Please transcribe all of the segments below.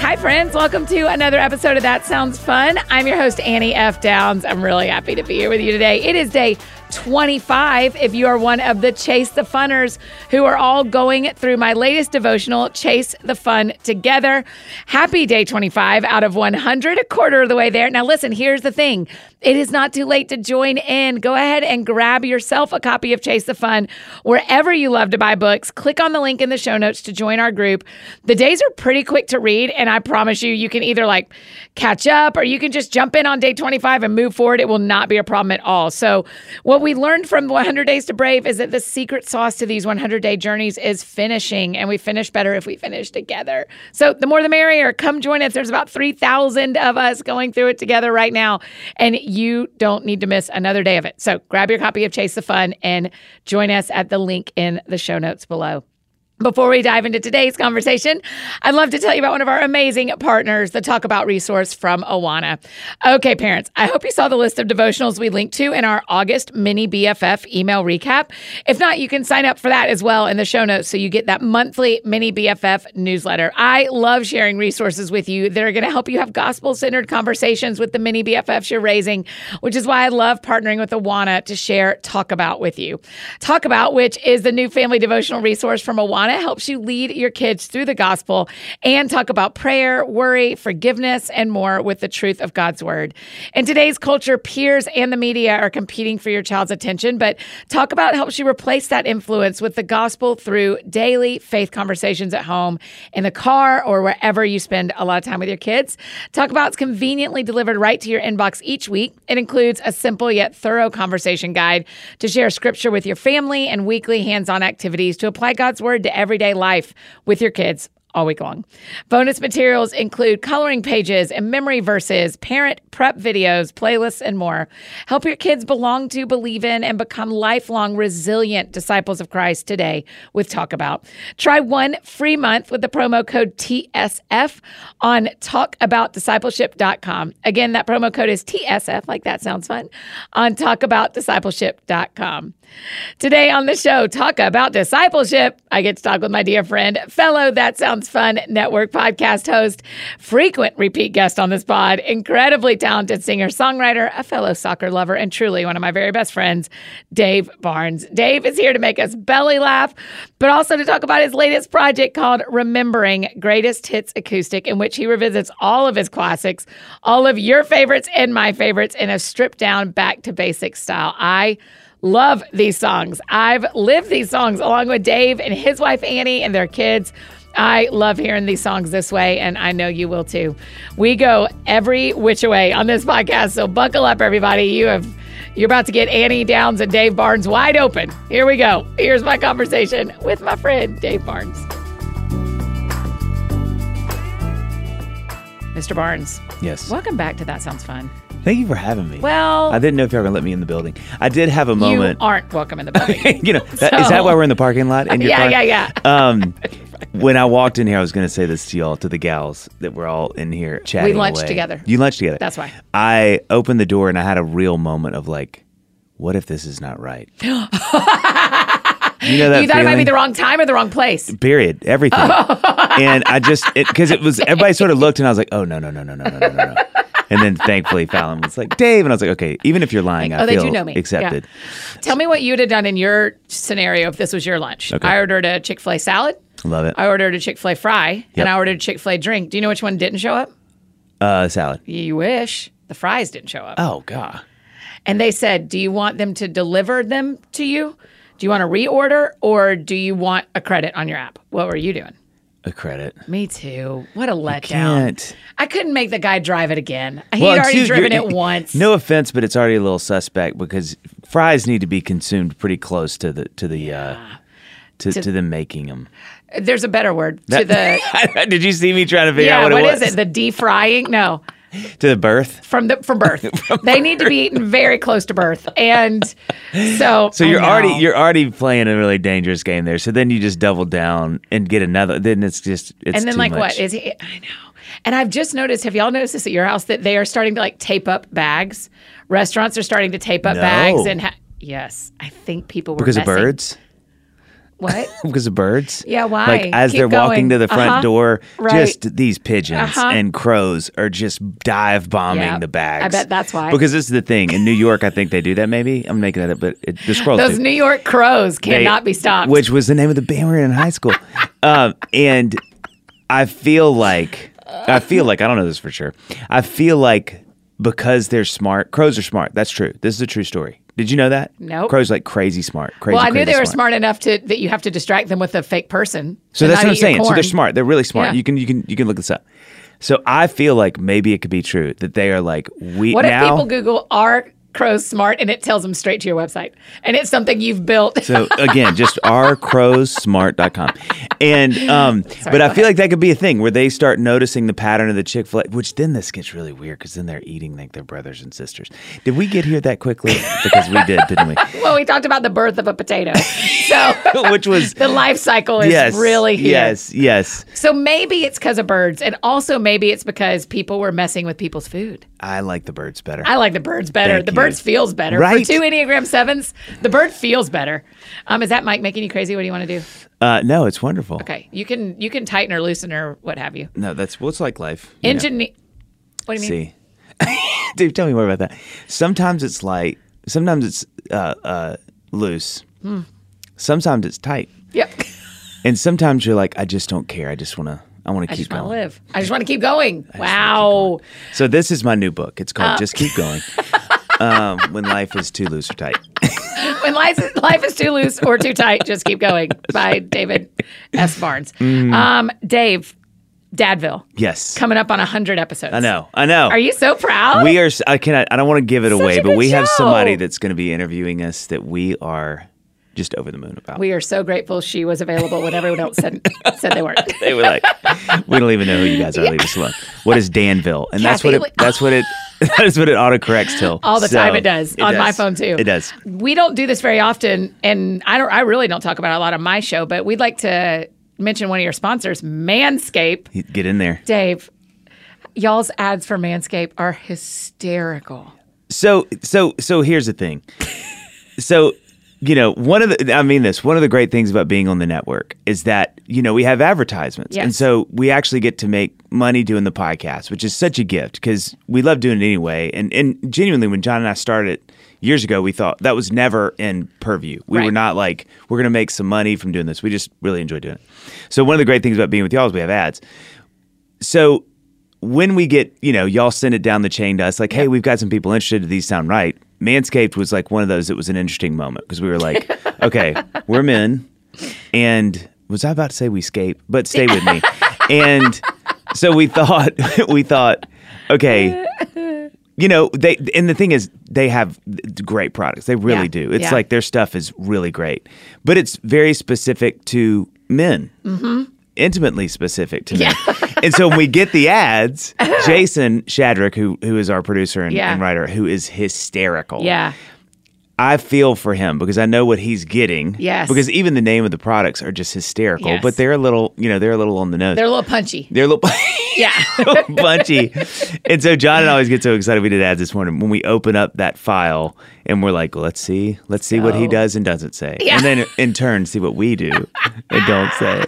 Hi, friends. Welcome to another episode of That Sounds Fun. I'm your host, Annie F. Downs. I'm really happy to be here with you today. It is day 25 if you are one of the Chase the Funners who are all going through my latest devotional, Chase the Fun Together. Happy day 25 out of 100, a quarter of the way there. Now, listen, here's the thing it is not too late to join in. Go ahead and grab yourself a copy of Chase the Fun wherever you love to buy books. Click on the link in the show notes to join our group. The days are pretty quick to read, and I promise you, you can either like catch up or you can just jump in on day 25 and move forward. It will not be a problem at all. So, what we learned from 100 Days to Brave is that the secret sauce to these 100 day journeys is finishing, and we finish better if we finish together. So, the more the merrier. Come join us. There's about 3,000 of us going through it together right now, and you don't need to miss another day of it. So, grab your copy of Chase the Fun and join us at the link in the show notes below. Before we dive into today's conversation, I'd love to tell you about one of our amazing partners, the Talk About resource from Awana. Okay, parents, I hope you saw the list of devotionals we linked to in our August mini BFF email recap. If not, you can sign up for that as well in the show notes so you get that monthly mini BFF newsletter. I love sharing resources with you that are going to help you have gospel centered conversations with the mini BFFs you're raising, which is why I love partnering with Awana to share Talk About with you. Talk About, which is the new family devotional resource from Awana. It helps you lead your kids through the gospel and talk about prayer, worry, forgiveness, and more with the truth of God's word. In today's culture, peers and the media are competing for your child's attention, but Talk About helps you replace that influence with the gospel through daily faith conversations at home, in the car, or wherever you spend a lot of time with your kids. Talk About's conveniently delivered right to your inbox each week. It includes a simple yet thorough conversation guide to share scripture with your family and weekly hands on activities to apply God's word to everyday life with your kids all week long. Bonus materials include coloring pages and memory verses, parent prep videos, playlists, and more. Help your kids belong to, believe in, and become lifelong resilient disciples of Christ today with Talk About. Try one free month with the promo code TSF on talkaboutdiscipleship.com. Again, that promo code is TSF, like that sounds fun, on talkaboutdiscipleship.com. Today on the show, Talk About Discipleship, I get to talk with my dear friend, fellow That Sounds Fun Network podcast host, frequent repeat guest on this pod, incredibly talented singer songwriter, a fellow soccer lover, and truly one of my very best friends, Dave Barnes. Dave is here to make us belly laugh, but also to talk about his latest project called Remembering Greatest Hits Acoustic, in which he revisits all of his classics, all of your favorites and my favorites, in a stripped down back to basics style. I Love these songs. I've lived these songs along with Dave and his wife Annie and their kids. I love hearing these songs this way, and I know you will too. We go every which way on this podcast, so buckle up, everybody. You have you're about to get Annie Downs and Dave Barnes wide open. Here we go. Here's my conversation with my friend Dave Barnes. Mr. Barnes, Yes. welcome back to That Sounds Fun. Thank you for having me. Well, I didn't know if you were going to let me in the building. I did have a you moment. aren't welcome in the building. you know, that, is So- that why we're in the parking lot? In your yeah, car? yeah, yeah. Um, When I walked in here, I was going to say this to y'all, to the gals that were all in here chatting. lunched away. together. You lunched together. That's why. I opened the door and I had a real moment of like, what if this is not right? you know that you thought it might be feeling? the wrong time or the wrong place. Period. Everything. and I just because it, was everybody sort of looked and I was like, oh no no no no no no no no. no. And then thankfully Fallon was like, Dave, and I was like, okay, even if you're lying, I oh, they feel do know me. Yeah. accepted. Tell me what you'd have done in your scenario if this was your lunch. Okay. I ordered a Chick fil A salad, Love it. I ordered a Chick fil A fry, Yep. and I ordered a Chick fil A drink. Do you know which one didn't show up? Uh, salad. You wish. The fries didn't show up. Oh god. And they said, Do you want them to deliver them to you? Do you want to reorder or do you want a credit on your app? What were you doing? A credit. Me too. What a letdown. Can't. I couldn't make the guy drive it again. He'd Well, already excuse- driven you're- it once. No offense, but it's already a little suspect because fries need to be consumed pretty close to the to the uh, to, to, them making them. There's a better word. to the Did you see me trying to figure Yeah, out what, what it is was? it? The defrying? No. To the birth. From the from birth. they need to be eaten very close to birth. And so So I you're already know. you're already playing a really dangerous game there. So then you just double down and get another. Then it's just it's And then, too like, much. what is he? I know. And I've just noticed. Have y'all noticed this at your house that they are starting to like tape up bags? Restaurants are starting to tape up No. bags, and ha- yes, I think people were because of messing- birds. What? Because of birds. Yeah, why? Like as Keep they're walking going. to the front Uh-huh. door, Right. just these pigeons Uh-huh. and crows are just dive bombing Yeah. the bags. I bet that's why. Because this is the thing in New York. I think they do that. Maybe I'm making that up, but it, the squirrels Those do. New York crows They- cannot be stopped. Which was the name of the band we were in high school. um, and I feel like I feel like I don't know this for sure. I feel like because they're smart, crows are smart. That's true. This is a true story. Did you know that? Nope. Crows like crazy smart. Crazy. well, I knew crazy they were smart enough to that you have to distract them with a fake person. So to that's not eat what I'm your saying. So they're corn. smart. They're really smart. Yeah. You can you can you can look this up. So I feel like maybe it could be true that they are like we What now. if people Google are crows smart and it tells them straight to your website, and it's something you've built? So again, just rcrowssmart.com. And um but I feel like that could be a thing where they start noticing the pattern of the Chick-fil-A, which then this gets really weird cuz then they're eating like their brothers and sisters. Did we get here that quickly? Because we did, didn't we? well, we talked about the birth of a potato, so Which was the life cycle is yes. really here. Yes, yes. So maybe it's because of birds, and also maybe it's because people were messing with people's food. I like the birds better. I like the birds better. Thank the you. birds feels better. Right. For two Enneagram sevens, the bird feels better. Um, is that Mike making you crazy? What do you want to do? Uh no, it's wonderful. Okay, you can you can tighten or loosen or what have you. No, that's what's like life. you know? Engineer. What do you mean? See, dude, tell me more about that. Sometimes it's light. Sometimes it's uh, uh, loose. Hmm. Sometimes it's tight. Yep. And sometimes you're like, I just don't care. I just wanna. I want to I keep just going. want to live. I just want to keep going. Wow. So this is my new book. It's Oh. called Just Keep Going. um, when life is too loose or tight. when life is, life is too loose or too tight, just keep going. By David S. Barnes. Mm. Um, Dave, Dadville, Yes. coming up on hundred episodes. I know. I know. Are you so proud? We are. s- I cannot. I don't want to give it away, a but good we have show. somebody that's going to be interviewing us that we are just over the moon about. We are so grateful she was available when everyone else said said they weren't. They were like, "We don't even know who you guys are. Leave us alone." What is Danville? And that's what Kathy it. That's what it. That's what it autocorrects till All the So, time it does on my does. phone too. It does. We don't do this very often, and I don't. I really don't talk about it a lot on my show, but we'd like to mention one of your sponsors, Manscaped. Get in there. Dave, y'all's ads for Manscaped are hysterical. So so so here's the thing. So you know one of the I mean this one of the great things about being on the network is that you know we have advertisements and Yes. so we actually get to make money doing the podcast which is such a gift because we love doing it anyway and and genuinely when John and I started years ago we thought that was never in purview we were Right. not like we're gonna make some money from doing this we just really enjoy doing it so one of the great things about being with y'all is we have ads so when we get, you know, y'all send it down the chain to us, like, hey, we've got some people interested. Do these sound right? Manscaped was like one of those that was an interesting moment because we were like, okay, we're men. And was I about to say we scape? But stay with me. And so we thought, we thought, okay, you know, they, and the thing is, they have great products. They really Yeah. do. It's Yeah. like their stuff is really great, but it's very specific to men Mm-hmm. intimately specific to me. and so when we get the ads, Jason Shadrick, who who is our producer and, Yeah. Oh. and writer, who is hysterical. Yeah. I feel for him because I know what he's getting. Yes. Because even the name of the products are just hysterical, Yes. but they're a little, you know, they're a little on the nose. They're a little punchy. they're a little. Yeah. bunchy. And so John and I always get so excited. We did ads this morning when we open up that file and we're like, let's see, let's see what he So- does and doesn't say, Yeah. and then in turn see what we do and don't say.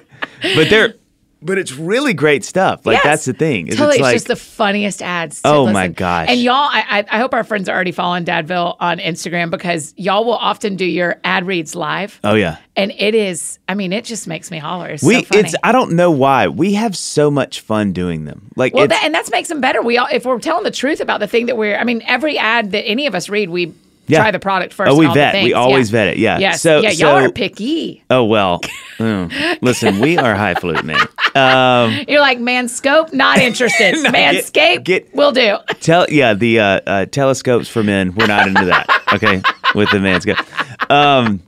But they're, but it's really great stuff. Like Yes. that's the thing. is Totally, it's, like, just the funniest ads. to Oh, my listen. gosh. And y'all, I, I I hope our friends are already following Dadville on Instagram because y'all will often do your ad reads live, oh yeah. and it is. I mean, it just makes me holler. It's We so funny. it's I don't know why we have so much fun doing them. Like well, it's, that, and that makes them better. We all, if we're telling the truth about the thing that we're, I mean, every ad that any of us read, we Yeah. try the product first. Oh, we and all the vet. We things. always vet it. Yeah. Yes. So- yeah. so- Y'all are picky. oh well. Mm. Listen, we are highfalutin, man. Um, You're like manscope, not interested. Manscape, get- will do. Tell yeah, the uh, uh, telescopes for men. We're not into that. Okay, with the manscape. Um,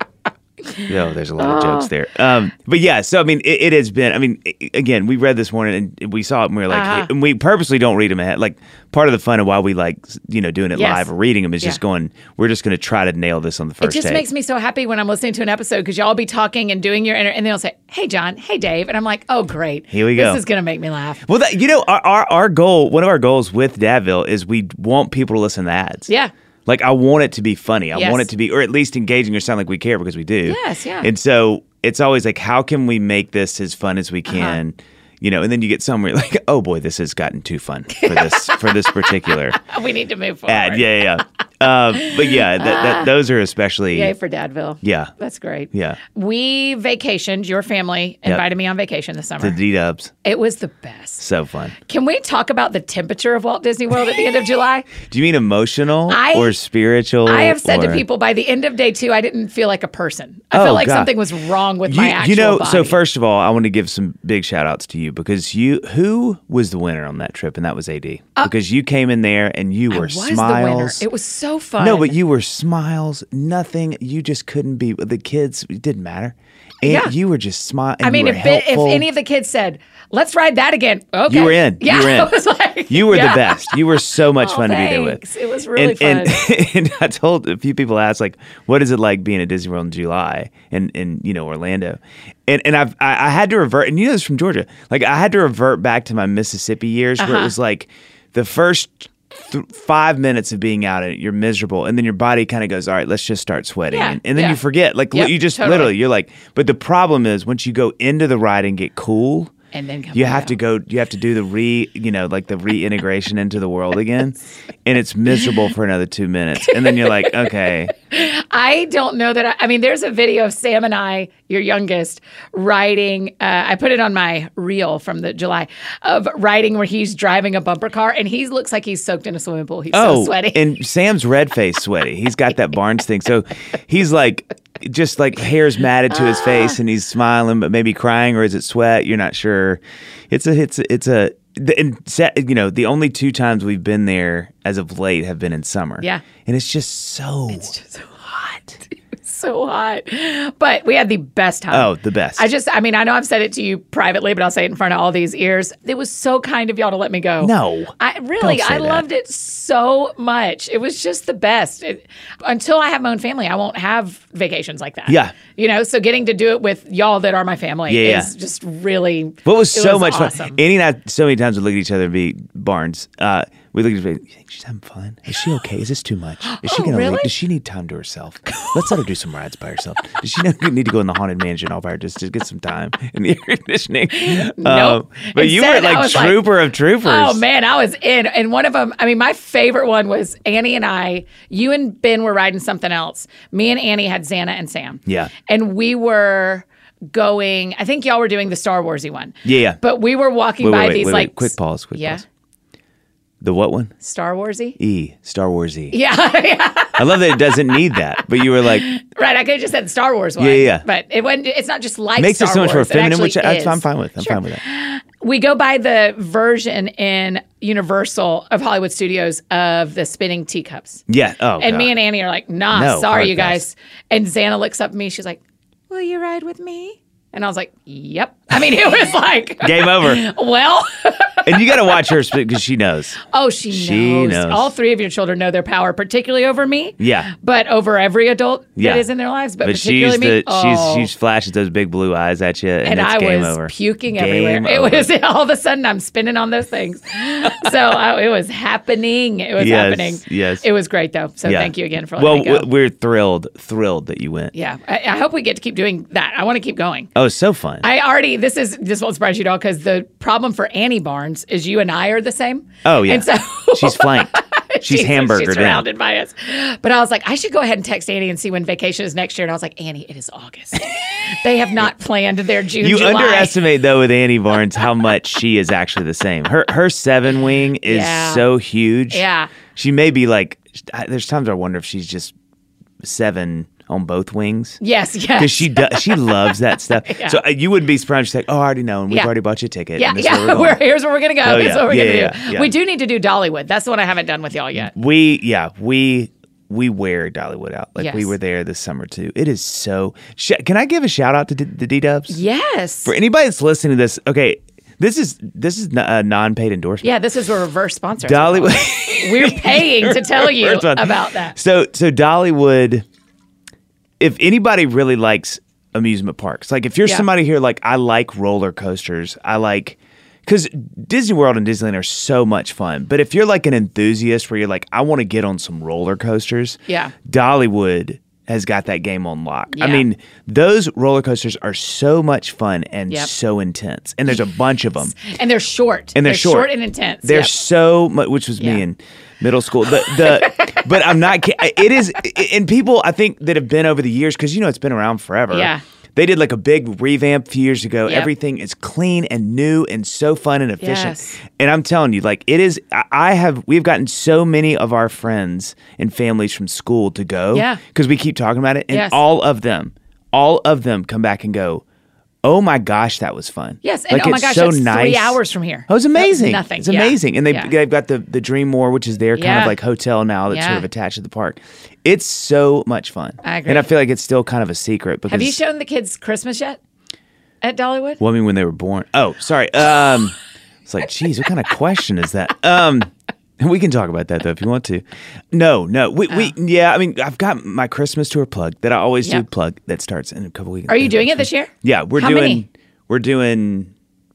no, there's a lot Oh. of jokes there. Um, but yeah, so I mean, it, it has been. I mean, i- again, we read this morning and we saw it, and we were like, Uh-huh. and we purposely don't read them ahead. Like part of the fun of why we like s- you know doing it Yes. live or reading them is Yeah. just going. We're just going to try to nail this on the It first. just take. makes me so happy when I'm listening to an episode because y'all be talking and doing your inter- and they'll say, "Hey, John. Hey, Dave," and I'm like, "Oh, great. Here we go. This is gonna make me laugh." Well, that, you know, our, our our goal, one of our goals with Dadville is we want people to listen to ads. Yeah. Like I want it to be funny. I Yes. want it to be, or at least engaging, or sound like we care because we do. Yes, yeah. And so it's always like, how can we make this as fun as Uh-huh. we can? You know, and then you get somewhere like, oh boy, this has gotten too fun for this for this particular We need to move forward. ad. Yeah, yeah. yeah. Uh, but yeah, that, Uh, that, those are especially. Yay for Dadville. Yeah. That's great. Yeah. We vacationed. Your family invited me on vacation this summer. The D Dubs, it was the best. so fun. Can we talk about the temperature of Walt Disney World at the end of July? Do you mean emotional I- or spiritual? I have said to or- people by the end of day two, I didn't feel like a person. I Oh, felt like God. something was wrong with my actual you know, so body. first of all, I want to give some big shout outs to you because you, who was the winner on that trip? And that was AD. because you came in there and you were Uh, was the winner. smiles. It was so fun. no, but you were smiles, nothing. You just couldn't be, the kids, it didn't matter. And Yeah. you were just smiling. I mean, if, if any of the kids said, "Let's ride that again," okay, You were in. You Yeah, were in. I was like, You were yeah. the best. You were so much Oh, fun to be there with. thanks. It was really and, fun. And, and I told a few people asked like, "What is it like being at Disney World in July and in you know Orlando?" And and I've I, I had to revert, and you know this from Georgia. Like I had to revert back to my Mississippi years where Uh-huh. it was like the first. Th- five minutes of being out, and you're miserable, and then your body kind of goes, "All right, let's just start sweating," Yeah, and, and then yeah. you forget. Like li- Yep, you just totally. literally, you're like. But the problem is, once you go into the ride and get cool, And then come you back have to out. go you have to do the re you know like the reintegration into the world again and it's miserable for another two minutes and then you're like okay I don't know that. I, I mean, there's a video of Sam and I, your youngest, riding. Uh, I put it on my reel from the July of riding where he's driving a bumper car and he looks like he's soaked in a swimming pool. He's so sweaty. Oh, and sam's red face sweaty he's got that barnes thing so he's like just like hair's matted to his Ah. face and he's smiling but maybe crying or is it sweat you're not sure it's a it's a, it's a the, and sa- you know the only two times we've been there as of late have been in summer Yeah. and it's just so It's so hot. It's so hot. But we had the best time. Oh, the best. I just, I mean, I know I've said it to you privately, but I'll say it in front of all these ears. It was so kind of y'all to let me go. No. I really, Don't say I that. loved it so much. It was just the best. It, until I have my own family, I won't have vacations like that. Yeah. You know, so getting to do it with y'all that are my family Yeah, yeah. is just really. What was it so much awesome. fun? Annie and I, so many times we look at each other and be Barnes. Uh, we look at each other. You think she's having fun? Is she okay? Is this too much? Is she Oh, gonna? really? Leave? Does she need time to herself? Let's let her do some rides by herself. Does she not need to go in the haunted mansion all by herself just to get some time in the air conditioning? Um, Nope. but you were Instead, I like was like, trooper of troopers. Oh man, I was in. And one of them, I mean, my favorite one was Annie and I. You and Ben were riding something else. Me and Annie had Xana and Sam. Yeah. And we were going. I think y'all were doing the Star Warsy one. Yeah, yeah. But we were walking Wait, wait, by wait, these wait, like wait. Quick pause. Quick Yeah. pause. The what one? Star Warsy. E Star Wars E. I Yeah, yeah. love that it doesn't need that, but you were like Right. I could have just said the Star Wars one. Yeah, yeah, yeah. But it wasn't. It's not just like makes Star it so much Wars. more feminine, which actually I, is. I'm fine with. I'm fine with that. we go by the version in Universal of Hollywood Studios of the spinning teacups. Yeah. Oh. And me God. and Annie are like, nah, No, sorry, hard you pass. guys. And Xana looks up at me. She's like, will you ride with me? And I was like, yep. I mean, it was like, game over. well, and you got to watch her because she knows. Oh, she, She knows. knows. All three of your children know their power, particularly over me. Yeah. But over every adult Yeah. that is in their lives, but, But particularly she's me. the oh. she's she flashes those big blue eyes at you, and and, it's I game was over. puking Game everywhere. It over. was all of a sudden I'm spinning on those things. so I, it was happening. It was Yes, happening. yes. It was great though. So Yeah. thank you again for Well, letting me go. w- we're thrilled, thrilled that you went. yeah. I, I hope we get to keep doing that. I want to keep going. Oh, it's so fun. I already this is this won't surprise you at all because the problem for Annie Barnes is you and I are the same. oh yeah. And so she's flanked. She's hamburgered She's in. surrounded by us. But I was like, I should go ahead and text Annie and see when vacation is next year. And I was like, Annie, it is August. they have not planned their June. You July. underestimate though with Annie Barnes how much she is actually the same. Her her seven wing is Yeah. so huge. Yeah. She may be like. I, there's times I wonder if she's just seven on both wings. Yes, yes. Because she does, she loves that stuff. So uh, you wouldn't be surprised. She's like, "Oh, I already know, and we've Yeah. already bought you a ticket." yeah, and this is yeah. where we're We're- going." here's where we're gonna go. Oh, here's yeah. what we're Yeah, gonna yeah, do. yeah. Mm-hmm. We do need to do Dollywood. That's the one I haven't done with y'all yet. we yeah we we wear Dollywood out. Like we Yes. were there this summer too. It is so. Sh- can I give a shout out to D- the D Dubs Yes. for anybody that's listening to this? Okay, this is this is n- a non-paid endorsement. yeah, this is a reverse sponsor. Dollywood. We're paying to tell you First one. about that. So so Dollywood, if anybody really likes amusement parks, like if you're Yeah. somebody here like I like roller coasters, I like because Disney World and Disneyland are so much fun. But if you're like an enthusiast where you're like, I want to get on some roller coasters, Yeah. Dollywood has got that game on lock. Yeah. I mean, those roller coasters are so much fun and Yep. so intense. And there's a bunch of them. And they're short. And they're short. short. and intense. They're Yep. so much, which was Yeah. me in middle school. The, the but I'm not. ki- It is, and people I think that have been over the years because you know it's been around forever. Yeah. They did like a big revamp a few years ago. Yep. Everything is clean and new and so fun and efficient. Yes. And I'm telling you, like it is. I- I have we've gotten so many of our friends and families from school to go. Yeah. Because we keep talking about it, and Yes. all of them, all of them come back and go. Oh my gosh, that was fun. Yes, and oh my gosh, that's three hours from here. Oh, it's amazing. Nothing, It's yeah, amazing. And they, yeah. they've got the, the Dream War, which is their kind Yeah. of like hotel now that's sort Yeah. of attached to the park. It's so much fun. I agree. And I feel like it's still kind of a secret because. Have you shown the kids Christmas yet? At Dollywood? Well, I mean, when they were born. Oh, sorry. Um, it's like, geez, what kind of question is that? Um, we can talk about that though if you want to. No, no, we, we yeah. I mean, I've got my Christmas tour plug that I always Oh. Yeah. do plug that starts in a couple weeks. Are you doing it this year? Yeah, we're How doing. many? We're doing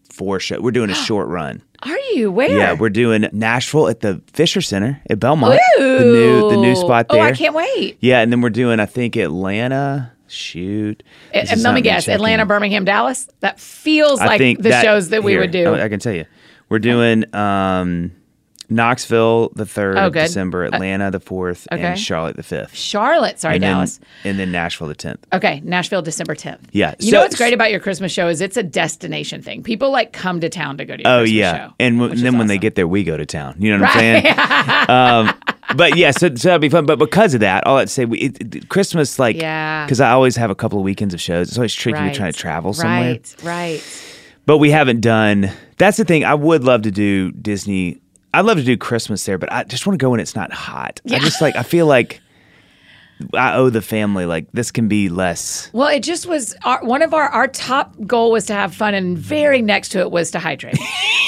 four show. We're doing a short run. Are you? Where? Yeah, we're doing Nashville at the Fisher Center at Belmont. The new the new spot there. Oh, I can't wait. Yeah, and then we're doing I think Atlanta. Shoot. And, This let is me not me guess, checking. Atlanta, Birmingham, Dallas. That feels I like think the shows that we here, Oh, would do. I, I can tell you. We're doing um Knoxville the 3rd Oh, of good. December, Atlanta the 4th, okay. and Charlotte the 5th. Charlotte, sorry, And then, Dallas. and then Nashville the 10th. Okay, Nashville, December 10th. Yeah, You so- know what's great about your Christmas show is it's a destination thing. People like come to town to go to your Oh Christmas yeah, show. and, w- which is then when they awesome. get there, we go to town. You know what I'm saying? um, but yeah, so, so that'd be fun. But because of that, all I'd say, we, it, it- Christmas, like, Yeah. because I always have a couple of weekends of shows. It's always tricky Right. with trying to travel somewhere. Right, right. But we haven't done. That's the thing. I would love to do Disney. I'd love to do Christmas there, but I just want to go when it's not hot. I just like I feel like I owe the family like this can be less. Well, it just was our, one of our our top goal was to have fun, and very next to it was to hydrate.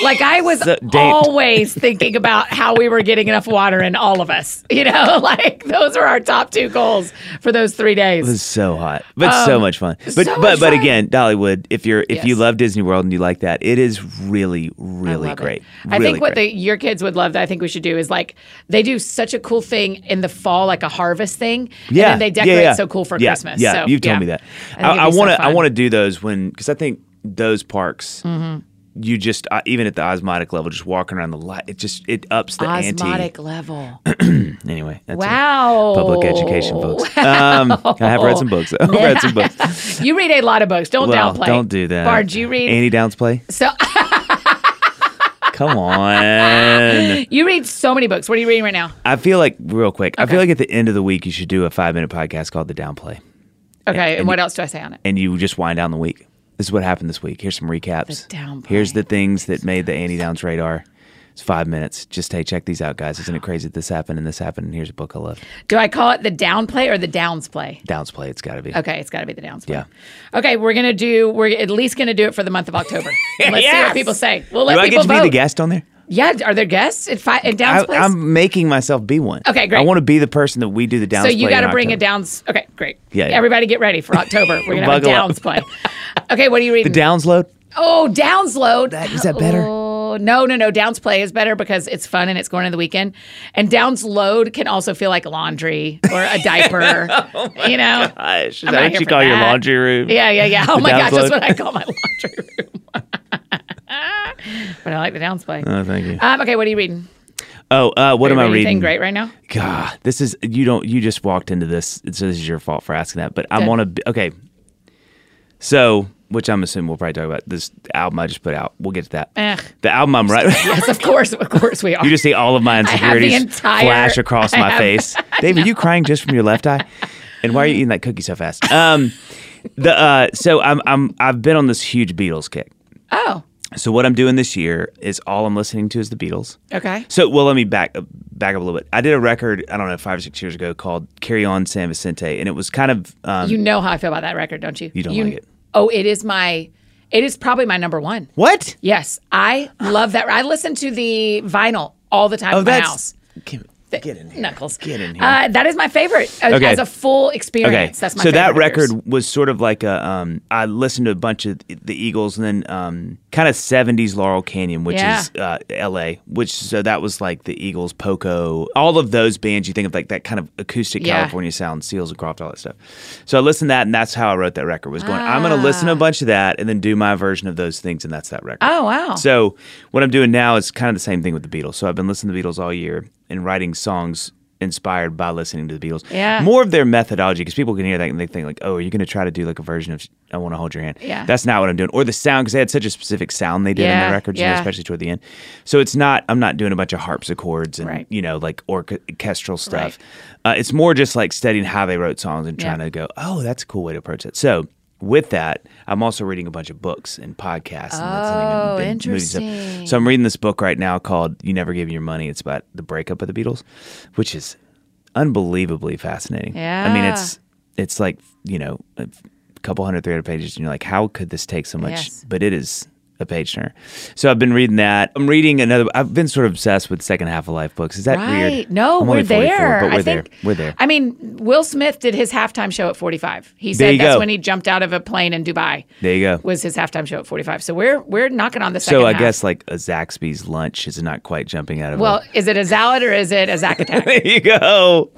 like I was So damped. always thinking about how we were getting enough water in all of us. You know, like those were our top two goals for those three days. It's so hot, but so much fun. But Um, so but much but fun. again, Dollywood. If you're if you Yes. love Disney World and you like that, it is really really Love it. great. I think Really what great. the, your kids would love that I think we should do is like they do such a cool thing in the fall, like a harvest thing. yeah And then they yeah, decorate yeah. so cool for yeah, Christmas. Yeah, so, you've told yeah. me that. think it'd I be so want to I fun. want to do those when because I think those parks. Mm-hmm. You just uh, even at the osmotic level, just walking around the light, it just it ups the Osmotic level. ante. Anyway, that's it. Wow. Public education, folks. Um, I have read some books. I've read some books. You read a lot of books. Don't Well, downplay. don't do that. Bard, you read Annie Downs play? so Come on. you read so many books. What are you reading right now? I feel like real quick. I feel like at the end of the week you should do a five minute podcast called the downplay, Okay, and, what else do I say on it? and you just wind down the week. This is what happened this week. Here's some recaps. Downplay. Here's the things that made the Annie Downs radar. It's five minutes. Just hey, check these out, guys. Isn't it crazy that this happened and this happened? And here's a book I love. Do I call it the down play or the downs play? Downs play. It's got to be. Okay, it's got to be the downs play. Yeah. Okay, we're gonna do. We're at least gonna do it for the month of October. Let's see Yes! what people say. We'll let Do I people get to vote. be the guest on there? Yeah, are there guests at, fi- at downs I, plays? I'm making myself be one. Okay, great. I want to be the person that we do the downs. So you play got to in bring a October. downs. Okay, great. Yeah, yeah. Everybody get ready for October. We're gonna have a Buckle up. downs play. Okay, what are you reading? The downs load. oh, downs load. That- is that better? Oh, no, no, no. Downs play is better because it's fun and it's going into the weekend. And downs load can also feel like laundry or a diaper. Oh you know. Gosh, I'm not here for that. room? Yeah, yeah, yeah. Oh my downs gosh, that's load? what I call my laundry room. but I like the downs play. Oh, thank you. Um, okay, what are you reading? Oh, uh, what am I Anything reading? Great right now. God, this is you don't you just walked into this, so this is your fault for asking that. But I Okay. want to okay. So, which I'm assuming we'll probably talk about this album I just put out. We'll get to that. Ugh. The album I'm right. Yes, of course, of course we are. You just see all of my have the insecurities entire- flash across my face. David, you crying just from your left eye? And why are you eating that cookie so fast? Um, the uh, so I'm I'm I've been on this huge Beatles kick. oh, So what I'm doing this year is all I'm listening to is the Beatles. okay. So well, let me back uh, back up a little bit. I did a record I don't know five or six years ago called "Carry On San Vicente," and it was kind of um, You know how I feel about that record, don't you? You don't like it. Oh, it is my, it is probably my number one. what? Yes, I love that. I listen to the vinyl all the time Oh, at my that's house. Get, get in here, Knuckles. Get in here. Uh, that is my favorite uh, Okay. as a full experience. Okay, That's my so favorite that of theirs. record was sort of like a. Um, I listened to a bunch of the Eagles and then um, kind of '70s Laurel Canyon, which Yeah. is uh, L.A. Which so that was like the Eagles, Poco, all of those bands. You think of like that kind of acoustic Yeah. California sound, Seals and Croft, all that stuff. So I listened to that, and that's how I wrote that record. Was going, I'm going Ah. to listen to a bunch of that, and then do my version of those things, and that's that record. Oh, wow. So what I'm doing now is kind of the same thing with the Beatles. So I've been listening to the Beatles all year and writing songs inspired by listening to the Beatles. Yeah. More of their methodology because people can hear that and they think like, oh, are you going to try to do like a version of I Want to Hold Your Hand? Yeah. That's not what I'm doing. Or the sound because they had such a specific sound they did in Yeah, their records, you know, yeah. especially toward the end. So it's not I'm not doing a bunch of harpsichords and Right. you know like orc- orchestral stuff. Uh, it's more just like studying how they wrote songs and trying Yeah. to go, oh, that's a cool way to approach it. So. With that, I'm also reading a bunch of books and podcasts. And that's not even Oh, been movies up. interesting. So I'm reading this book right now called "You Never Give Me Your Money." It's about the breakup of the Beatles, which is unbelievably fascinating. I mean, Yeah. it's it's like you know a couple hundred, three hundred pages, and you're like, how could this take so much? Yes. But it is a page turner. So I've been reading that. I'm reading another. I've been sort of obsessed with second half of life books. Is that Right. weird? No, I'm we're only 44, there. But we're I think, there. We're there. I mean, Will Smith did his halftime show at 45. He There said you that's go. when he jumped out of a plane in Dubai. there you go. Was his halftime show at 45. So we're we're knocking on the second So I half. guess like a Zaxby's lunch is not quite jumping out of. a- Well, is it a salad or is it a Zack attack? there you go.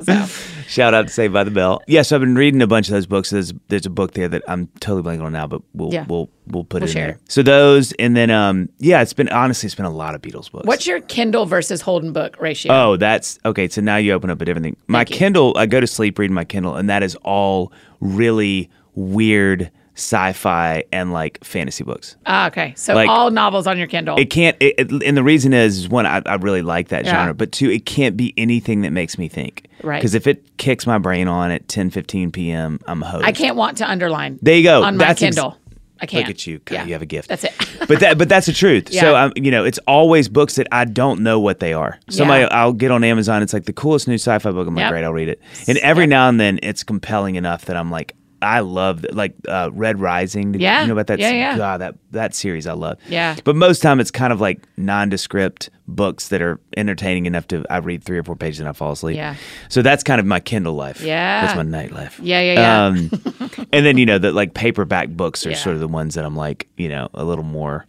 Shout out to Saved by the Bell. Yes, I've been reading a bunch of those books. There's there's a book there that I'm totally blanking on now, but we'll Yeah. we'll we'll put We'll it in share. there. So those, and then um, yeah, it's been honestly, it's been a lot of Beatles books. What's your Kindle versus Holden book ratio? Oh, that's okay. So now you open up a different thing. My Thank you. Kindle, I go to sleep reading my Kindle, and that is all really weird sci-fi and like fantasy books. Ah, okay. So Like- all novels on your Kindle. It can't, it, it- and the reason is, is one, I, I really like that Yeah. genre, but two, it can't be anything that makes me think. Right. Because if it kicks my brain on at 10, 15 p.m., I'm hosed. I can't want to underline. There you go. On my Oh, That's ex- Kindle. I can't. Look at you. God, Yeah. you have a gift. That's it. but that, but that's the truth. So, Yeah. um, you know, it's always books that I don't know what they are. Somebody, Yeah. I'll get on Amazon. It's like the coolest new sci-fi book. I'm like, Yep. great, I'll read it. And every now and then, it's compelling enough that I'm like, I love th- like uh, Red Rising. Did Yeah. you know about that? Yeah, se- yeah. God, that that series I love. Yeah. But most time, it's kind of like nondescript books that are entertaining enough to I read three or four pages and I fall asleep. Yeah. So that's kind of my Kindle life. Yeah. That's my night life. Yeah, yeah, yeah. Um, and then you know that like paperback books are Yeah. sort of the ones that I'm like you know a little more.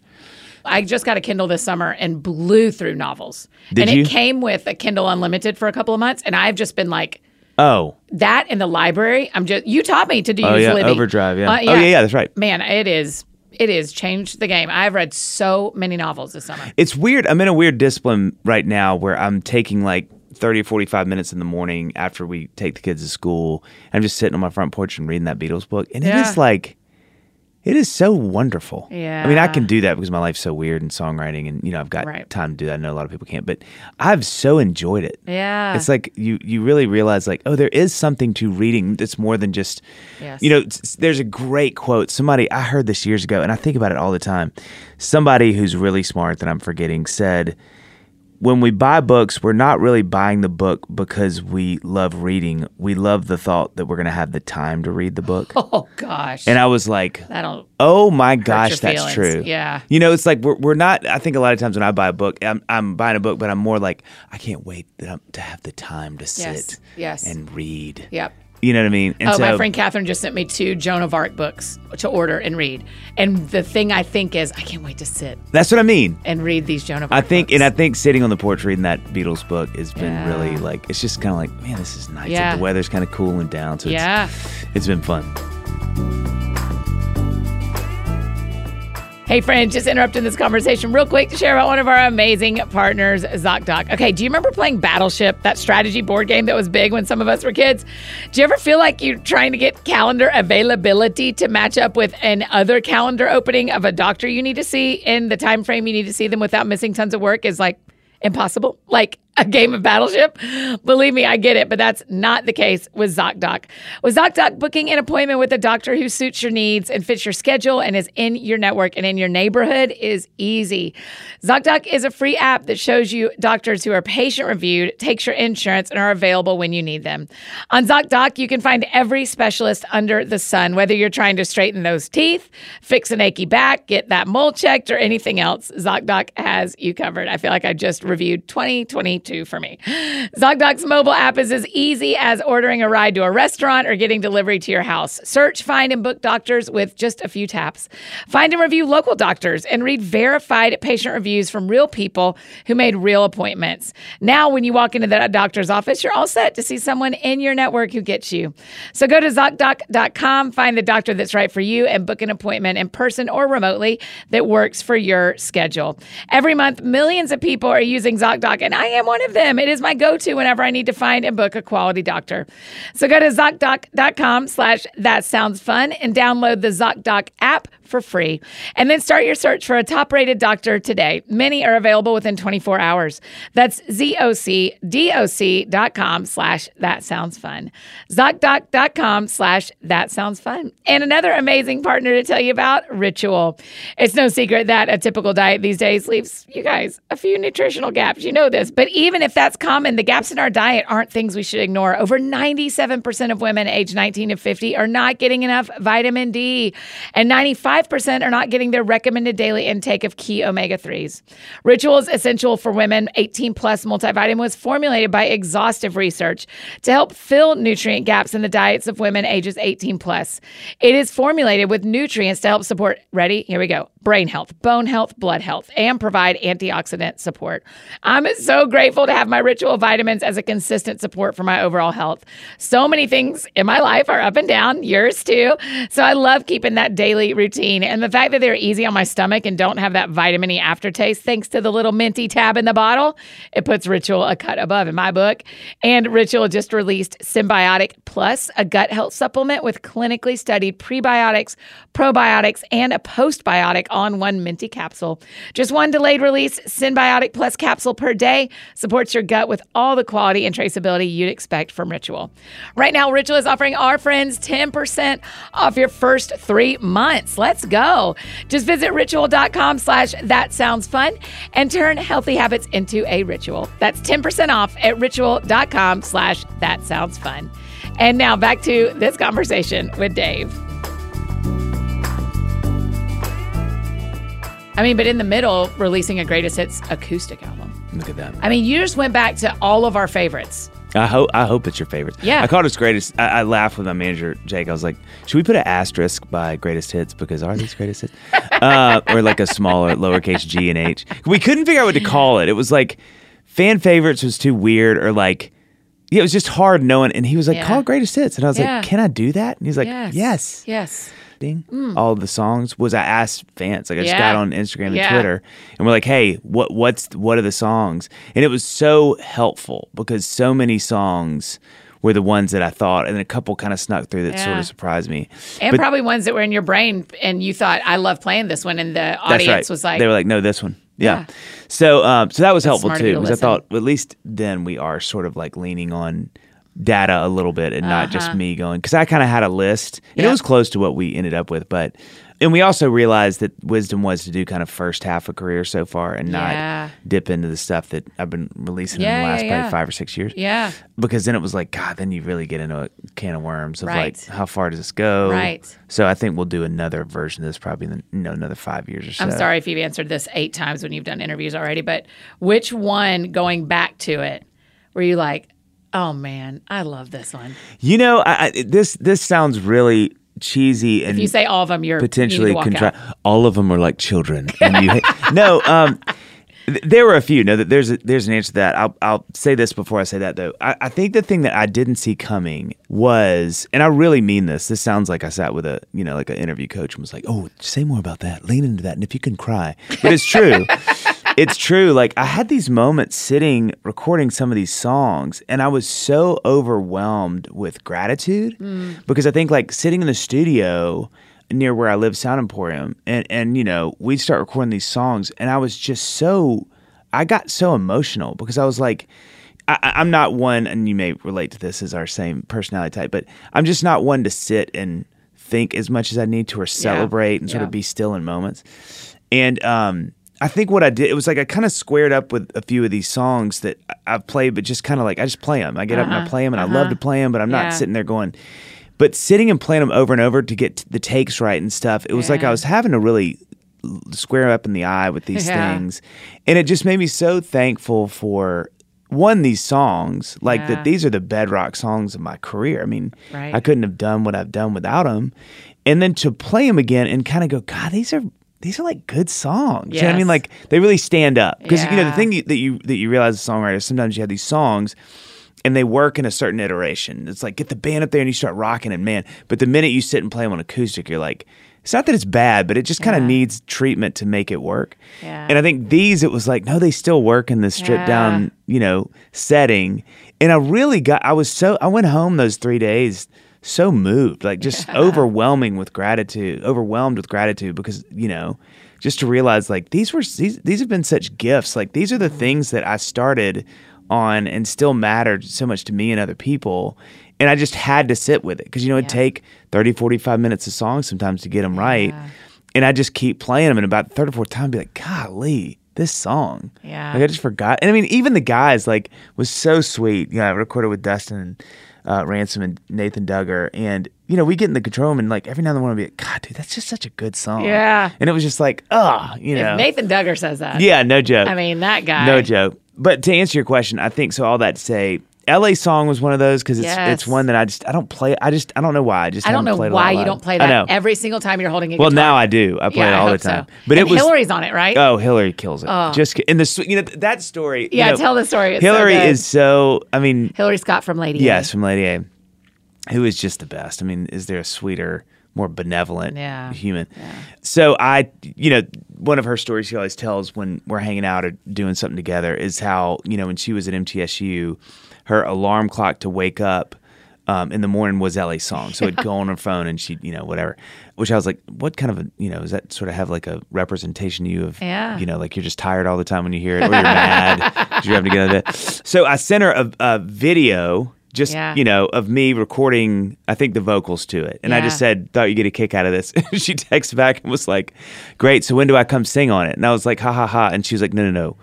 I just got a Kindle this summer and blew through novels. Did and you? it came with a Kindle Unlimited for a couple of months, and I've just been like Oh, that in the library. I'm just you taught me to do oh use yeah, Libby. Overdrive. Yeah. Uh, Oh yeah, yeah. That's right. Man, it is it is changed the game. I've read so many novels this summer. It's weird. I'm in a weird discipline right now where I'm taking like 30 or 45 minutes in the morning after we take the kids to school. I'm just sitting on my front porch and reading that Beatles book, and it Yeah. is like. It is so wonderful. I mean, I Yeah. can do that because my life's so weird and songwriting, and you know, I've got Right. time to do that. I know a lot of people can't, but I've so enjoyed it. Yeah. it's like you you really realize like oh there is something to reading that's more than just Yes. you know s- s- there's a great quote somebody i heard this years ago and i think about it all the time somebody who's really smart that i'm forgetting said when we buy books, we're not really buying the book because we love reading. We love the thought that we're going to have the time to read the book. Oh gosh. And I was like, That'll oh my gosh, your that's feelings. true. Yeah. You know, it's like we're, we're not, I think a lot of times when I buy a book, I'm, I'm buying a book, but I'm more like, I can't wait that I'm- to have the time to sit Yes, yes. and read. Yep. You know what I mean? And Oh, my so- friend Catherine just sent me two Joan of Arc books to order and read. And the thing I think is, I can't wait to sit That's what I mean. and read these Joan of I Arc. think, books. and I think sitting on the porch reading that Beatles book has been Yeah. really like, it's just kind of like, man, this is nice. Like, Yeah. the weather's kind of cooling down. So it's- yeah. it's been fun. Hey, friend, just interrupting this conversation real quick to share about one of our amazing partners, ZocDoc. Okay, do you remember playing Battleship, that strategy board game that was big when some of us were kids? Do you ever feel like you're trying to get calendar availability to match up with an other calendar opening of a doctor you need to see in the time frame you need to see them without missing tons of work is like impossible? Like a game of battleship? Believe me, I get it, but that's not the case with ZocDoc. With ZocDoc, booking an appointment with a doctor who suits your needs and fits your schedule and is in your network and in your neighborhood is easy. ZocDoc is a free app that shows you doctors who are patient reviewed, takes your insurance, and are available when you need them. On ZocDoc, you can find every specialist under the sun, whether you're trying to straighten those teeth, fix an achy back, get that mole checked, or anything else. ZocDoc has you covered. I feel like I just reviewed 2022 for me. ZocDoc's mobile app is as easy as ordering a ride to a restaurant or getting delivery to your house. Search, find, and book doctors with just a few taps. Find and review local doctors and read verified patient reviews from real people who made real appointments. Now, when you walk into that doctor's office, you're all set to see someone in your network who gets you. So go to ZocDoc.com, find the doctor that's right for you, and book an appointment in person or remotely that works for your schedule. Every month, millions of people are using ZocDoc, and I am one of them. It is my go-to whenever I need to find and book a quality doctor. So go to ZocDoc.com slash that sounds fun and download the ZocDoc app for free. And then start your search for a top-rated doctor today. Many are available within 24 hours. That's ZocDoc.com slash that sounds fun. ZocDoc.com slash that sounds fun. And another amazing partner to tell you about, Ritual. It's no secret that a typical diet these days leaves you guys a few nutritional gaps. You know this. But even if that's common, the gaps in our diet aren't things we should ignore. Over 97% of women aged 19 to 50 are not getting enough vitamin D, and 95% are not getting their recommended daily intake of key omega 3s. Ritual is essential for women. 18 plus multivitamin was formulated by exhaustive research to help fill nutrient gaps in the diets of women ages 18 plus. It is formulated with nutrients to help support, ready? Here we go brain health, bone health, blood health, and provide antioxidant support. I'm so grateful to have my ritual vitamins as a consistent support for my overall health. So many things in my life are up and down, yours too. So I love keeping that daily routine. And the fact that they're easy on my stomach and don't have that vitamin E aftertaste, thanks to the little minty tab in the bottle, it puts Ritual a cut above in my book. And Ritual just released Symbiotic Plus, a gut health supplement with clinically studied prebiotics, probiotics, and a postbiotic on one minty capsule. Just one delayed release Symbiotic Plus capsule per day supports your gut with all the quality and traceability you'd expect from Ritual. Right now, Ritual is offering our friends 10% off your first three months. Let's go. Just visit ritual.com slash that sounds fun and turn healthy habits into a ritual. That's 10% off at ritual.com slash that sounds fun. And now back to this conversation with Dave. I mean, but in the middle, releasing a greatest hits acoustic album. Look at that. I mean, you just went back to all of our favorites. I hope I hope it's your favorite. Yeah. I called it greatest. I, I laughed with my manager Jake. I was like, should we put an asterisk by greatest hits because are these greatest hits, uh, or like a smaller lowercase G and H? We couldn't figure out what to call it. It was like fan favorites was too weird, or like yeah, it was just hard knowing. And he was like, Yeah. call it greatest hits, and I was Yeah. like, can I do that? And he's like, yes. Yes. Ding. All the songs was I asked fans. Like I just Mm. Yeah. got on Instagram and Yeah. Twitter and we're like, hey, what what's what are the songs? And it was so helpful because so many songs were the ones that I thought and then a couple kind of snuck through that sort Yeah. of surprised me. And probably ones that were in your brain and you thought, I love playing this one. And the That's audience right. was like, they were like, no, this one. Yeah. Yeah. So um, so that was helpful smart of you too to because I listen. thought well, at least then we are sort of like leaning on data a Uh-huh. little bit and not just me going because I kind of had a list and Yep. it was close to what we ended up with, but and we also realized that wisdom was to do kind of first half a career so far and Yeah. not dip into the stuff that I've been releasing in Yeah, the last yeah, probably yeah. five or six years. Yeah. Because then it was like, God, then you really get into a can of worms of Right. like, how far does this go? Right. So I think we'll do another version of this probably in you know, another five years or so. I'm sorry if you've answered this eight times when you've done interviews already, but which one going back to it were you like, oh man, I love this one? You know, I, I, this this sounds really cheesy and If you say all of them, you're potentially you need to walk out. contra- all of them are like children and you no um th- there were a few no th- there's a, there's an answer to that I'll, I'll say this before i say that though I, I think the thing that i didn't see coming was and i really mean this this sounds like i sat with a you know like an interview coach and was like oh say more about that lean into that and if you can cry but it's true it's true like i had these moments sitting recording some of these songs and i was so overwhelmed with gratitude Mm. because i think like sitting in the studio near where I live, Sound Emporium, and and you know we'd start recording these songs, and I was just so I got so emotional because I was like, I, I- I'm not one, and you may relate to this as our same personality type, but I'm just not one to sit and think as much as I need to or celebrate and sort yeah. of be still in moments, and um. I think what I did, it was like I kind of squared up with a few of these songs that I- I've played, but just kind of like I just play them. I get up and I play them, and I love to play them, but I'm Uh-huh. Yeah. not sitting there going. But sitting and playing them over and over to get t- the takes right and stuff, it was like Yeah. I was having to really l- square up in the eye with these Yeah. things, and it just made me so thankful for one these songs, like Yeah. that. These are the bedrock songs of my career. I mean, Right. I couldn't have done what I've done without them, and then to play them again and kind of go, God, these are. These are like good songs. You know what I Yes. mean, like they really stand up because you know the Yeah. thing you, that you that you realize as a songwriter is sometimes you have these songs and they work in a certain iteration. It's like get the band up there and you start rocking and man, but the minute you sit and play them on acoustic, you're like, it's not that it's bad, but it just kind of Yeah. needs treatment to make it work. Yeah. And I think these, it was like, no, they still work in this stripped Yeah. down, you know, setting. And I really got, I was so, I went home those three days so moved, like just overwhelming with gratitude, overwhelmed with gratitude because, you know, just to realize like these were, these, these have been such gifts. Like these are Mm-hmm. the things that I started on and still mattered so much to me and other people. And I just had to sit with it because, you know, it'd Yeah. take 30, 45 minutes of songs sometimes to get them right. And I just keep playing them. And about the third or fourth time, I'd be like, golly, this song. Yeah. Like I just forgot. And I mean, even the guys, like, was so sweet. You know, I recorded with Dustin uh, Ransom and Nathan Duggar. And, you know, we get in the control room and, like, every now and then I'll be like, God, dude, that's just such a good song. Yeah. And it was just like, ah, you know. If Nathan Duggar says that. yeah, no joke. I mean, that guy. No joke. But to answer your question, I think so. All that to say, L.A. song was one of those because it's Yes. it's one that I just I don't play. I just I don't know why. I just I don't haven't know played a why lot. you don't play I know. that every single time you're holding a well, guitar. now I do. I play Yeah, it I all the hope so. time. But And it was Hillary's on it, right? Oh, Hillary kills it. Just in the sw- you know th- that story. you Yeah, know, tell the story. It's so Hillary good. is so. I mean, Hillary Scott from Lady. A. Yes, from Lady A, who is just the best. I mean, is there a sweeter, more benevolent Yeah. human? So I, you know, one of her stories she always tells when we're hanging out or doing something together is how you know when she was at MTSU, her alarm clock to wake up. Um, in the morning was Ellie's song, so it'd go on her phone, and she, would you know, whatever. Which I was like, what kind of, a, you know, does that sort of have like a representation to you of, Yeah. you know, like you're just tired all the time when you hear it, or you're mad, 'cause you're having to get out of bed. So I sent her a, a video, just just, Yeah. you know of me recording i think the vocals to it and i Yeah. just said thought you get a kick out of this she texts back and was like great so when do i come sing on it and i was like ha ha ha and she was like no no no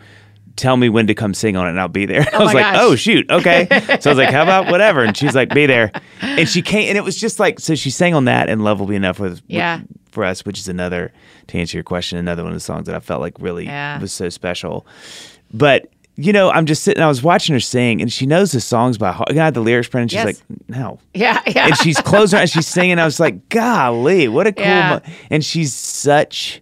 tell me when to come sing on it and i'll be there i was my like gosh. oh shoot okay so i was like how about whatever and she's like be there and she came and it was just like so she sang on that and love will be enough with Yeah. for us which is another to answer your question another one of the songs that i felt like really Yeah. was so special but you know, I'm just sitting. I was watching her sing, and she knows the songs by heart. And I had the lyrics printed. She's Yes. like, "No," Yeah, yeah. and she's closing her and she's singing. I was like, "Golly, what a cool!" Yeah. mo-" And she's such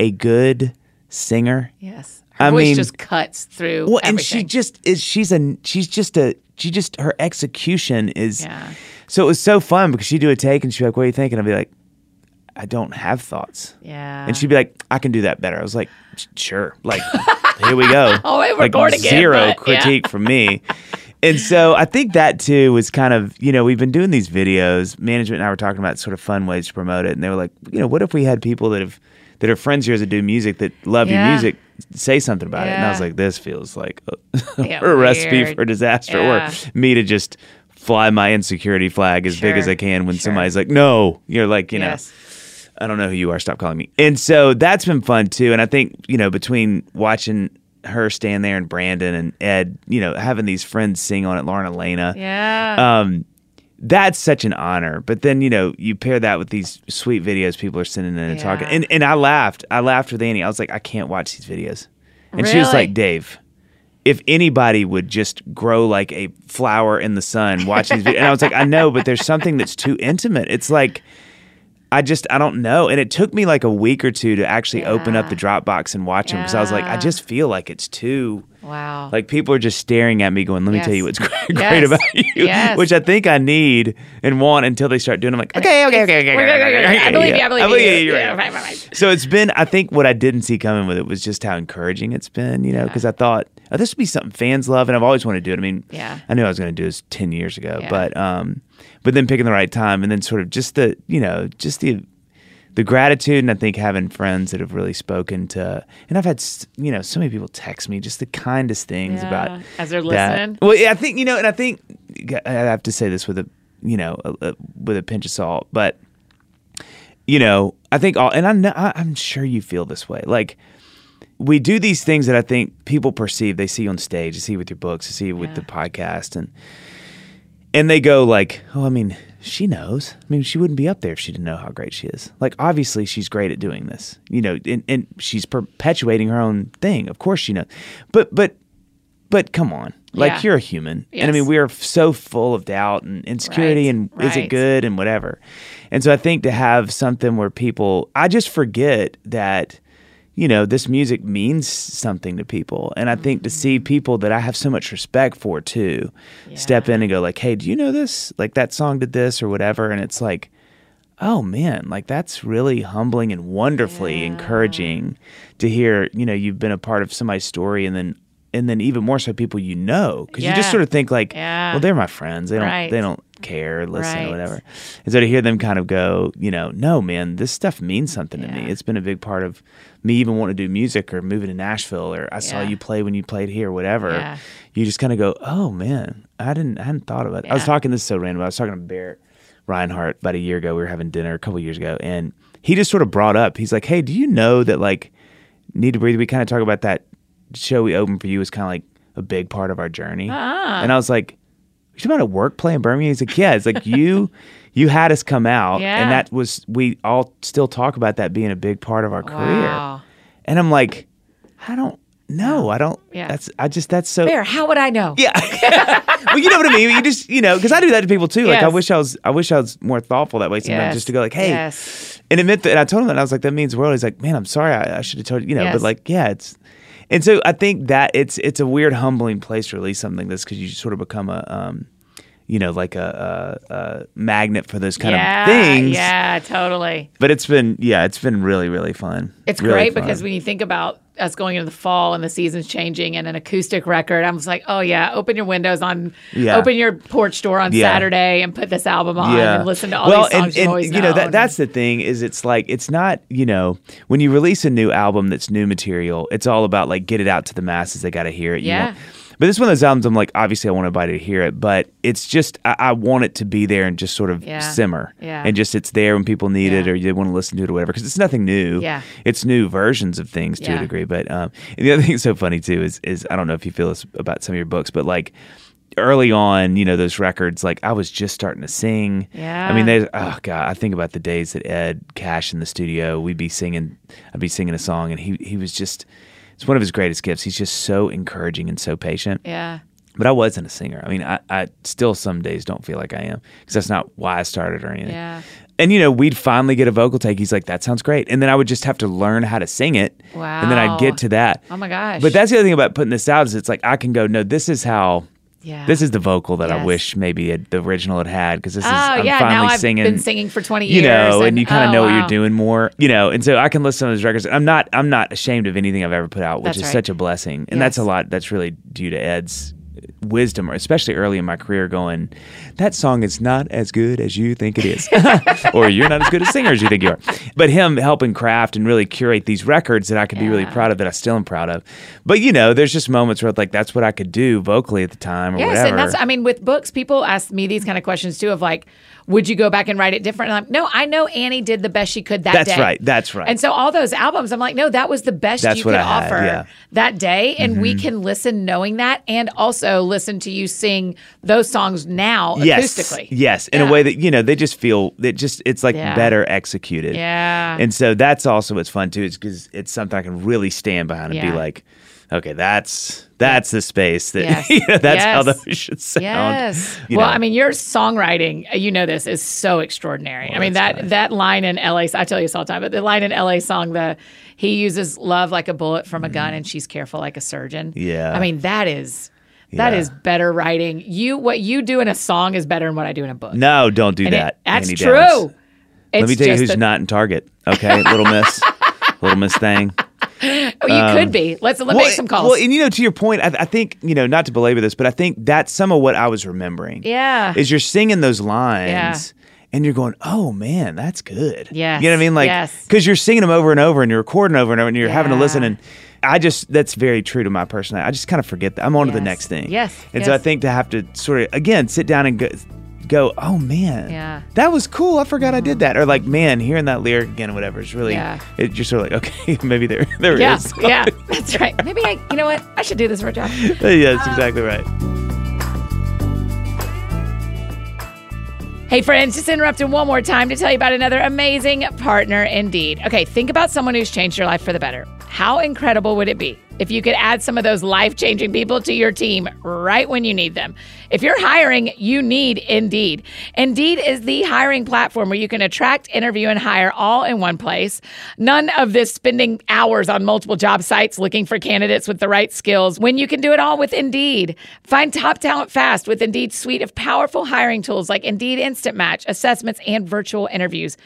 a good singer. yes. Her I voice mean- just cuts through Well, and everything. she just is. She's a. She's just a. She just her execution is. Yeah. So it was so fun because she'd do a take and she'd be like, "What do you think?" And I'd be like, "I don't have thoughts." yeah. And she'd be like, "I can do that better." I was like, "S- "Sure." Like, here we go. Oh, wait, we're like bored again, zero but- yeah. critique from me. And so I think that too was kind of you know we've been doing these videos. Management and I were talking about sort of fun ways to promote it, and they were like, you know, what if we had people that have that are friends of yours that do music that love Yeah. your music say something about it? And I was Yeah. like, this feels like a, Yeah, a recipe weird. for disaster, Yeah. or me to just fly my insecurity flag as big as Sure, I can when sure. somebody's like, no, you're like, you know. yes. I don't know who you are. Stop calling me. And so that's been fun too. And I think you know between watching her stand there and Brandon and Ed, you know, having these friends sing on it, Lauren Elena. Yeah. Um, that's such an honor. But then you know you pair that with these sweet videos people are sending in and Yeah. talking. And and I laughed. I laughed with Annie. I was like, I can't watch these videos. And she was Really? like, Dave. If anybody would just grow like a flower in the sun, watch these videos. And I was like, I know, but there's something that's too intimate. It's like, I just I don't know. And it took me like a week or two to actually open up Yeah. the Dropbox and watch them because I was like, I Yeah. just feel like it's too wow. Um, like people are just staring at me going, "Let me tell Yes. you what's great, Yes. great about you," Yes. which I think I need and want until they start doing. it. I'm like, okay, okay, okay, okay, okay, okay, okay, I believe you. I yeah. believe, you. you're Yeah, right. right, right, right. So it's been. I think what I didn't see coming with it was just how encouraging it's been. You know, because I thought oh, this would be something fans love, and I've always wanted to do it. I mean, Yeah. I knew I was going to do this ten years ago, Yeah. but um, but then picking the right time, and then sort of just the you know just the the gratitude and I think having friends that have really spoken to and I've had s- you know so many people text me just the kindest things Yeah, about as they're that. listening. Well, yeah, I think you know, and I think I have to say this with a you know a, a, with a pinch of salt, but you know I think all and I know, I- I'm sure you feel this way like. We do these things that I think people perceive. They see you on stage, they see you with your books, they see you with the podcast, and and they go like, "Oh, I mean, she knows. I mean, she wouldn't be up there if she didn't know how great she is. Like, obviously, she's great at doing this. You know, and, and she's perpetuating her own thing. Of course, she knows. But but but come on, like Yeah. you're a human, and I mean, Yes. we are f- so full of doubt and insecurity, Right, and is right. it good and whatever. And so I think to have something where people, I just forget that. You know, this music means something to people. And I think to Mm-hmm. see people that I have so much respect for too step Yeah. in and go like, "Hey, do you know this? Like that song did this or whatever." And it's like, "Oh man, like that's really humbling and wonderfully encouraging to hear, you know, you've been a part of somebody's story and then and then even more so people you know cuz you Yeah. just sort of think like, Yeah. "Well, they're my friends. They don't Right. they don't care, listen Right. or whatever." And so to hear them kind of go, you know, "No, man, this stuff means something to Yeah. me. It's been a big part of me even wanting to do music or moving to Nashville or I saw Yeah. you play when you played here, whatever." Yeah. you just kind of go, oh man, I didn't, I hadn't thought of it. I was Yeah. talking this is so random. I was talking to Bear Reinhardt about a year ago. We were having dinner a couple years ago, and he just sort of brought up. He's like, hey, do you know that like Need to Breathe? We kind of talk about that show we opened for you was kind of like a big part of our journey, Uh-huh. and I was like. You talking about a work play in Birmingham? He's like, yeah. It's like you, you had us come out, Yeah. and that was we all still talk about that being a big part of our Wow. career. And I'm like, I don't know. I don't. Yeah. That's I just that's so Bear, how would I know? yeah. well, you know what I mean. You just, you know, because I do that to people too. Like, I Yes. wish I was, I wish I was more thoughtful that way sometimes, Yes. just to go like, hey, Yes. and admit that. And I told him that, and I was like, that means the world. He's like, man, I'm sorry, I, I should have told you, you know, Yes. but like, yeah, it's, and so I think that it's, it's a weird, humbling place to release something like this because you sort of become a, um, you know, like a, a, a magnet for those kind yeah, of things. Yeah, totally. But it's been, yeah, it's been really, really fun. It's Really great fun. because when you think about us going into the fall and the seasons changing and an acoustic record, I'm just like, oh yeah, open your windows on, Yeah. open your porch door on Yeah. Saturday and put this album on and listen to all well, these songs and, you and, always know that known. that's the thing is it's like it's not you know when you release a new album that's new material it's all about like get it out to the masses they got to hear it You Yeah. want- but this is one of those albums I'm like obviously I want everybody to hear it but it's just I, I want it to be there and just sort of Yeah. simmer Yeah. and just it's there when people need it Yeah. or they want to listen to it or whatever because it's nothing new Yeah. it's new versions of things to Yeah. a degree but um and the other thing that's so funny too is is I don't know if you feel this about some of your books but like early on you know those records like I was just starting to sing I Yeah. mean, there's oh god, I think about the days that Ed Cash in the studio, we'd be singing, I'd be singing a song, and he he was just, it's one of his greatest gifts. He's just so encouraging and so patient. yeah. But I wasn't a singer. I mean, I, I still some days don't feel like I am because that's not why I started or anything. Yeah. And you know, we'd finally get a vocal take. He's like, "That sounds great," and then I would just have to learn how to sing it. And then Wow. I'd get to that. Oh my gosh. But that's the other thing about putting this out is it's like I can go, no, this is how. Yeah. This is the vocal that I Yes. wish maybe it, the original had had because this Oh is I'm yeah, finally now I've singing. been singing for 20 you years, know, and, you kind of oh, know what wow. you're doing more, you know, and so I can listen to those records. I'm not, I'm not ashamed of anything I've ever put out, which That's is right. such a blessing, and that's a Yes. lot. That's really due to Ed's wisdom, or especially early in my career, going that song is not as good as you think it is, or you're not as good a singer as you think you are. But him helping craft and really curate these records that I could be really Yeah. proud of, that I still am proud of. But you know, there's just moments where like that's what I could do vocally at the time, or Yes, whatever. and that's I mean with books, people ask me these kind of questions too of like, would you go back and write it different? And I'm like, no, I know Annie did the best she could that That's day. right. That's right. And so all those albums, I'm like, no, that was the best That's you what could I had, offer yeah. Mm-hmm. that day. And we can listen knowing that and also listen to you sing those songs now yes, acoustically. yes, in Yeah. a way that you know they just feel that just it's like Yeah. better executed. Yeah. and so that's also what's fun too, is because it's something I can really stand behind and Yeah. be like, okay, that's that's the space that Yes. you know, that's how Yes. those should sound. Yes. you well, know. I mean, your songwriting, uh, you know, this is so Oh, extraordinary. I mean, that that line in LA, I tell you this all the time, but the line in LA song, the he uses love like a bullet from a gun and she's careful like a surgeon. Mm-hmm. Yeah. I mean, that is that Yeah. is better writing. You what you do in a song is better than what I do in a book. no, don't do And it- that. that's Andy true. Downs. It's Let me tell you just who's that- not in Target. Okay, Little Miss, Little Miss thing. Oh, you could be. Let's let make some calls. um, Well, and you know, to your point, I, I think you know, not to belabor this, but I think that's some of what I was remembering. Yeah. is you're singing those lines. Yeah. And you're going, oh man, that's good. Yes, you know what I mean, like, yes. because you're singing them over and over, and you're recording over and over, and you're having to Yeah. listen. And I just, that's very true to my personality. I just kind of forget that I'm on to Yes, the next thing. yes, And so I yes. think to have to sort of again sit down and go, go, oh man, Yeah. that was cool. I forgot I did that. Or like, man, hearing that lyric again, or whatever, is really, Yeah. it, you're sort of like, okay, maybe there, there yeah, is. yeah, that's right. Maybe I, you know what? I should do this for a job. yeah, that's exactly right. Hey, friends, just interrupting one more time to tell you about another amazing partner indeed. Okay, think about someone who's changed your life for the better. How incredible would it be if you could add some of those life changing people to your team right when you need them? If you're hiring, you need Indeed. Indeed is the hiring platform where you can attract, interview, and hire all in one place. None of this spending hours on multiple job sites looking for candidates with the right skills when you can do it all with Indeed. Find top talent fast with Indeed's suite of powerful hiring tools like Indeed Instant Match, assessments, and virtual interviews.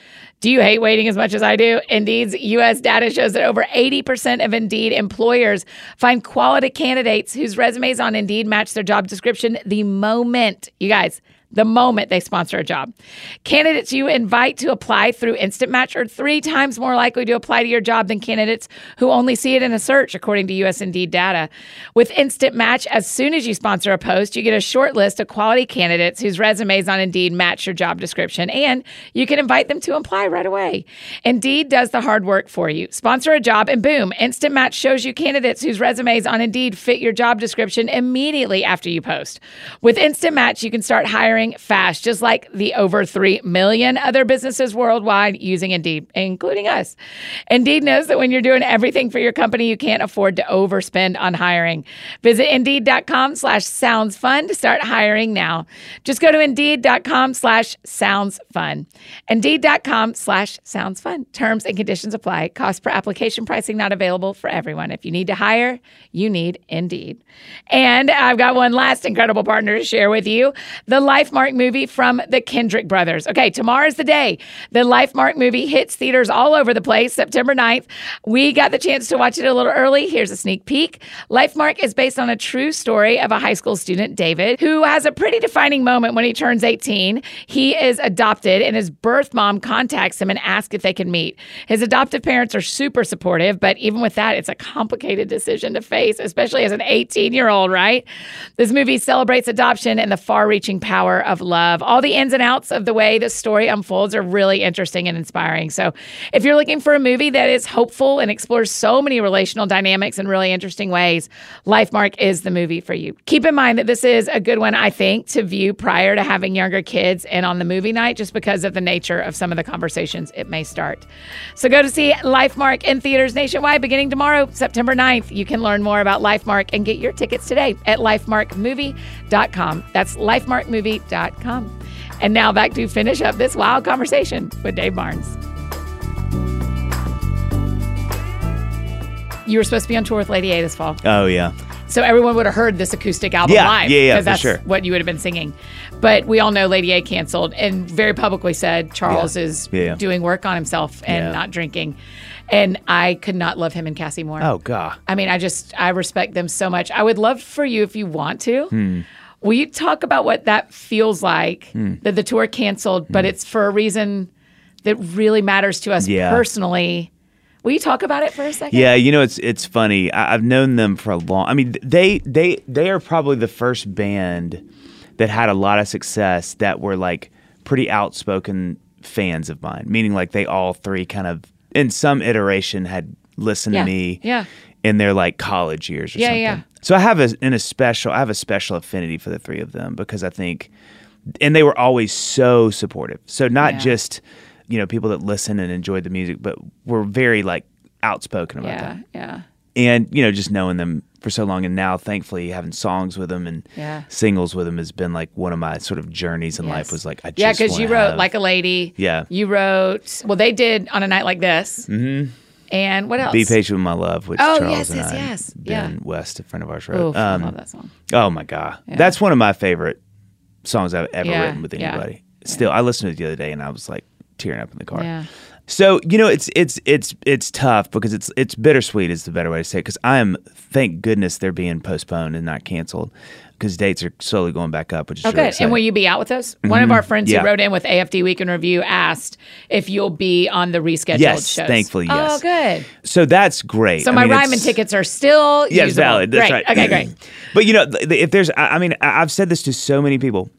Do you hate waiting as much as I do? Indeed's US data shows that over 80% of Indeed employers find quality candidates whose resumes on Indeed match their job description the moment, you guys, the moment they sponsor a job. Candidates you invite to apply through Instant Match are three times more likely to apply to your job than candidates who only see it in a search, according to US Indeed data. With Instant Match, as soon as you sponsor a post, you get a short list of quality candidates whose resumes on Indeed match your job description, and you can invite them to apply right away. Indeed does the hard work for you. Sponsor a job, and boom, Instant Match shows you candidates whose resumes on Indeed fit your job description immediately after you post. With Instant Match, you can start hiring fast, just like the over 3 million other businesses worldwide using Indeed, including us. Indeed knows that when you're doing everything for your company, you can't afford to overspend on hiring. Visit Indeed.com slash sounds fun to start hiring now. Just go to Indeed.com slash sounds fun. Indeed.com slash sounds fun. Terms and conditions apply. Cost per application pricing not available for everyone. If you need to hire, you need Indeed. And I've got one last incredible partner to share with you the Lifemark movie from the Kendrick brothers. Okay, tomorrow's the day. The Lifemark movie hits theaters all over the place September 9th. We got the chance to watch it a little early. Here's a sneak peek. Lifemark is based on a true story of a high school student, David, who has a pretty defining moment when he turns 18. He is adopted, and his birth mom contacts him and asks if they can meet. His adoptive parents are super supportive, but even with that, it's a complicated decision to face, especially as an 18 year old, right? This movie celebrates adoption and the far reaching power of love. All the ins and outs of the way this story unfolds are really interesting and inspiring. So, if you're looking for a movie that is hopeful and explores so many relational dynamics in really interesting ways, Lifemark is the movie for you. Keep in mind that this is a good one, I think, to view prior to having younger kids and on the movie night just because of the nature of some of the conversations it may start. So, go to see Lifemark in theaters nationwide beginning tomorrow, September 9th. You can learn more about Lifemark and get your tickets today at lifemarkmovie.com. That's lifemarkmovie.com. And now back to finish up this wild conversation with Dave Barnes. You were supposed to be on tour with Lady A this fall, Oh yeah, so everyone would have heard this acoustic album Yeah, live. yeah, yeah, because for that's sure. what you would have been singing. But we all know Lady A canceled and very publicly said Charles Yeah, is yeah. doing work on himself and Yeah. not drinking. And I could not love him and Cassie more. Oh god. I mean, I just I respect them so much. I would love for you if you want to. Hmm. Will you talk about what that feels like that the tour canceled, but it's for a reason that really matters to us Hmm. Yeah. personally? Will you talk about it for a second? Yeah, you know it's it's funny. I, I've known them for a long. I mean, they they they are probably the first band that had a lot of success that were like pretty outspoken fans of mine, meaning like they all three kind of in some iteration had listened Yeah, to me yeah. in their like college years or Yeah, something. yeah. So I have a, in a special I have a special affinity for the three of them because I think and they were always so supportive. So not Yeah. just you know people that listen and enjoy the music, but were very like outspoken about that yeah, yeah. and you know just knowing them for so long and now thankfully having songs with them and Yeah. singles with them has been like one of my sort of journeys in life Yes. was like I just yeah, because you wanna wrote have- like a lady. Yeah. you wrote. Well, they did on a night like this. Mm-hmm. And what else? Be Patient with My Love which Oh, Charles yes, and yes, I yes. Ben Yeah. West a friend of ours Oof, wrote I Um, love that song. oh my god that's one of my favorite songs I've ever Yeah, written with yeah. anybody still I listened to it the other day and I was like tearing up in the car Yeah. So you know it's it's it's it's tough because it's it's bittersweet is the better way to say it because I am thank goodness they're being postponed and not canceled because dates are slowly going back up which is Oh, really good. And will exciting. you be out with us? One of our friends Mm-hmm. Yeah. who wrote in with AFD Week in Review asked if you'll be on the rescheduled Yes, shows. thankfully, yes. Oh, good. so that's great. So I my mean, Ryman it's- tickets are still Yeah, it's usable. valid. That's great. right. Okay, great. but you know th- th- if there's I I mean I- I've said this to so many people.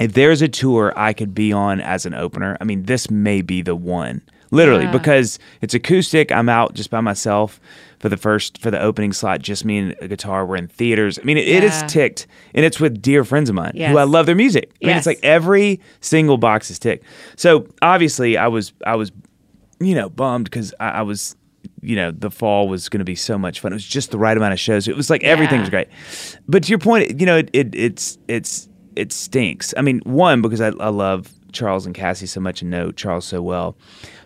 If there's a tour I could be on as an opener, I mean this may be the one. Literally, because it's acoustic. I'm out just by myself for the first for the opening slot. Just me and a guitar. We're in theaters. I mean, it, it is Yeah. ticked, and it's with dear friends of mine Yes. who I love their music. I mean, Yes. it's like every single box is ticked. So obviously, I was I was, you know, bummed because I, I was, you know, the fall was going to be so much fun. It was just the right amount of shows. It was like everything Yeah. was great. But to your point, you know, it, it it's it's it stinks. I mean, one because I, I love Charles and Cassie so much and know Charles so well,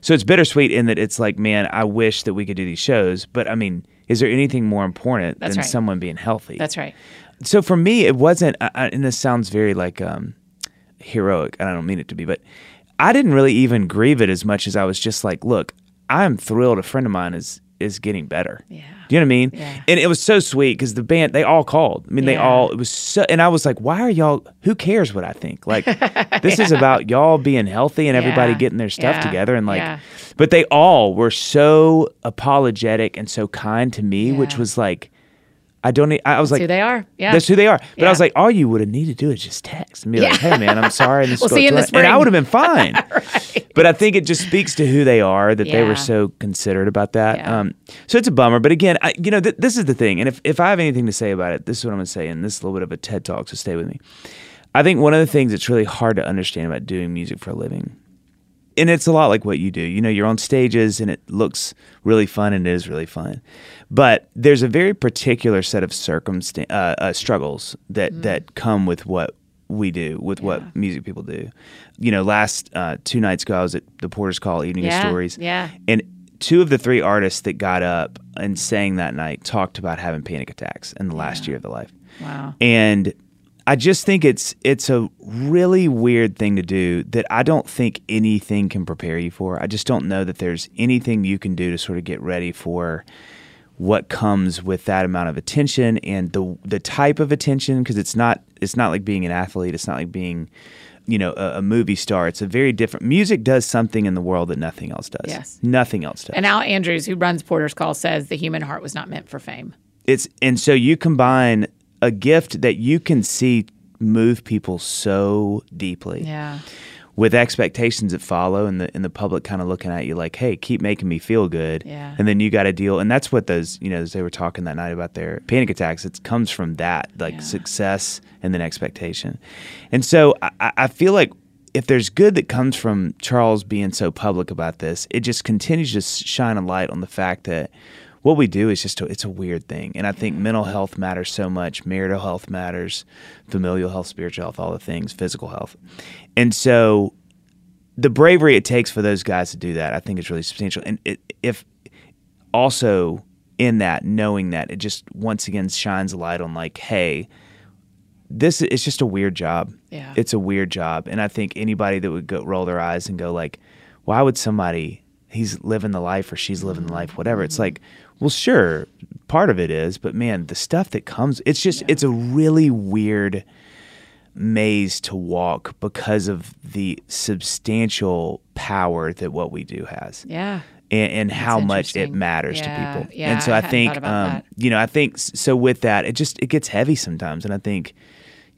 so it's bittersweet in that it's like, man, I wish that we could do these shows, but I mean. Is there anything more important That's than right. someone being healthy? That's right. so for me it wasn't I- I- and this sounds very like um heroic and i don't mean it to be but i didn't really even grieve it as much as i was just like look i'm thrilled a friend of mine is is getting better Yeah. do you know what i mean Yeah. and it was so sweet because the band they all called i mean they Yeah. all it was so and i was like why are y'all who cares what i think like this is about y'all being healthy and everybody Yeah. getting their stuff Yeah. together and like Yeah. but they all were so apologetic and so kind to me which Yeah. was like i don't e- i was That's like who they are. Yeah. that's who they are. But I was Yeah. like, all you would have needed to do is just text and be like, hey, man, I'm sorry. And this is We'll what see you in the it's like." And I spring. would have been fine. But I think it just speaks to who they are that they Yeah. were so considerate about that. Yeah. Um, so it's a bummer. But again, I, you know, th- this is the thing. And if, if I have anything to say about it, this is what I'm going to say. And this is a little bit of a TED talk, so stay with me. I think one of the things that's really hard to understand about doing music for a living and it's a lot like what you do. You know, you're on stages and it looks really fun and it is really fun. But there's a very particular set of circumstan uh, uh, struggles that Mm-hmm. that come with what we do, with what music people do. You know, last uh, two nights ago, I was at the Porter's Call Evening Yeah, of Stories. yeah. And two of the three artists that got up and sang that night talked about having panic attacks in the last year of their life Wow. and I just think it's it's a really weird thing to do that I don't think anything can prepare you for. I just don't know that there's anything you can do to sort of get ready for what comes with that amount of attention and the the type of attention because it's not it's not like being an athlete, it's not like being you know a, a movie star. It's a very different music does something in the world that nothing else does. Yes. Nothing else does. And Al Andrews, who runs Porter's Call, says the human heart was not meant for fame. it's and so you combine a gift that you can see move people so deeply Yeah. with expectations that follow and the and the public kind of looking at you like hey keep making me feel good Yeah. and then you got to deal and that's what those you know as they were talking that night about their panic attacks it comes from that like Yeah. success and then expectation and so I- I, I feel like if there's good that comes from Charles being so public about this it just continues to s- shine a light on the fact that what we do is just a, it's a weird thing and i think mental health matters so much marital health matters familial health spiritual health all the things physical health and so the bravery it takes for those guys to do that, I think is really substantial. And it, if also in that, knowing that, it just once again shines a light on like, hey, this it's just a weird job. Yeah. It's a weird job. And I think anybody that would go roll their eyes and go like, why would somebody he's living the life or she's living the life, whatever. It's like, well, sure, part of it is, but man, the stuff that comes it's just it's a really weird maze to walk because of the substantial power that what we do has Yeah. and, and how much it interesting. matters Yeah, to people. yeah, and so I I, hadn't think, thought about um, that. you know, I think s- so with that, it just, it gets heavy sometimes. And I think,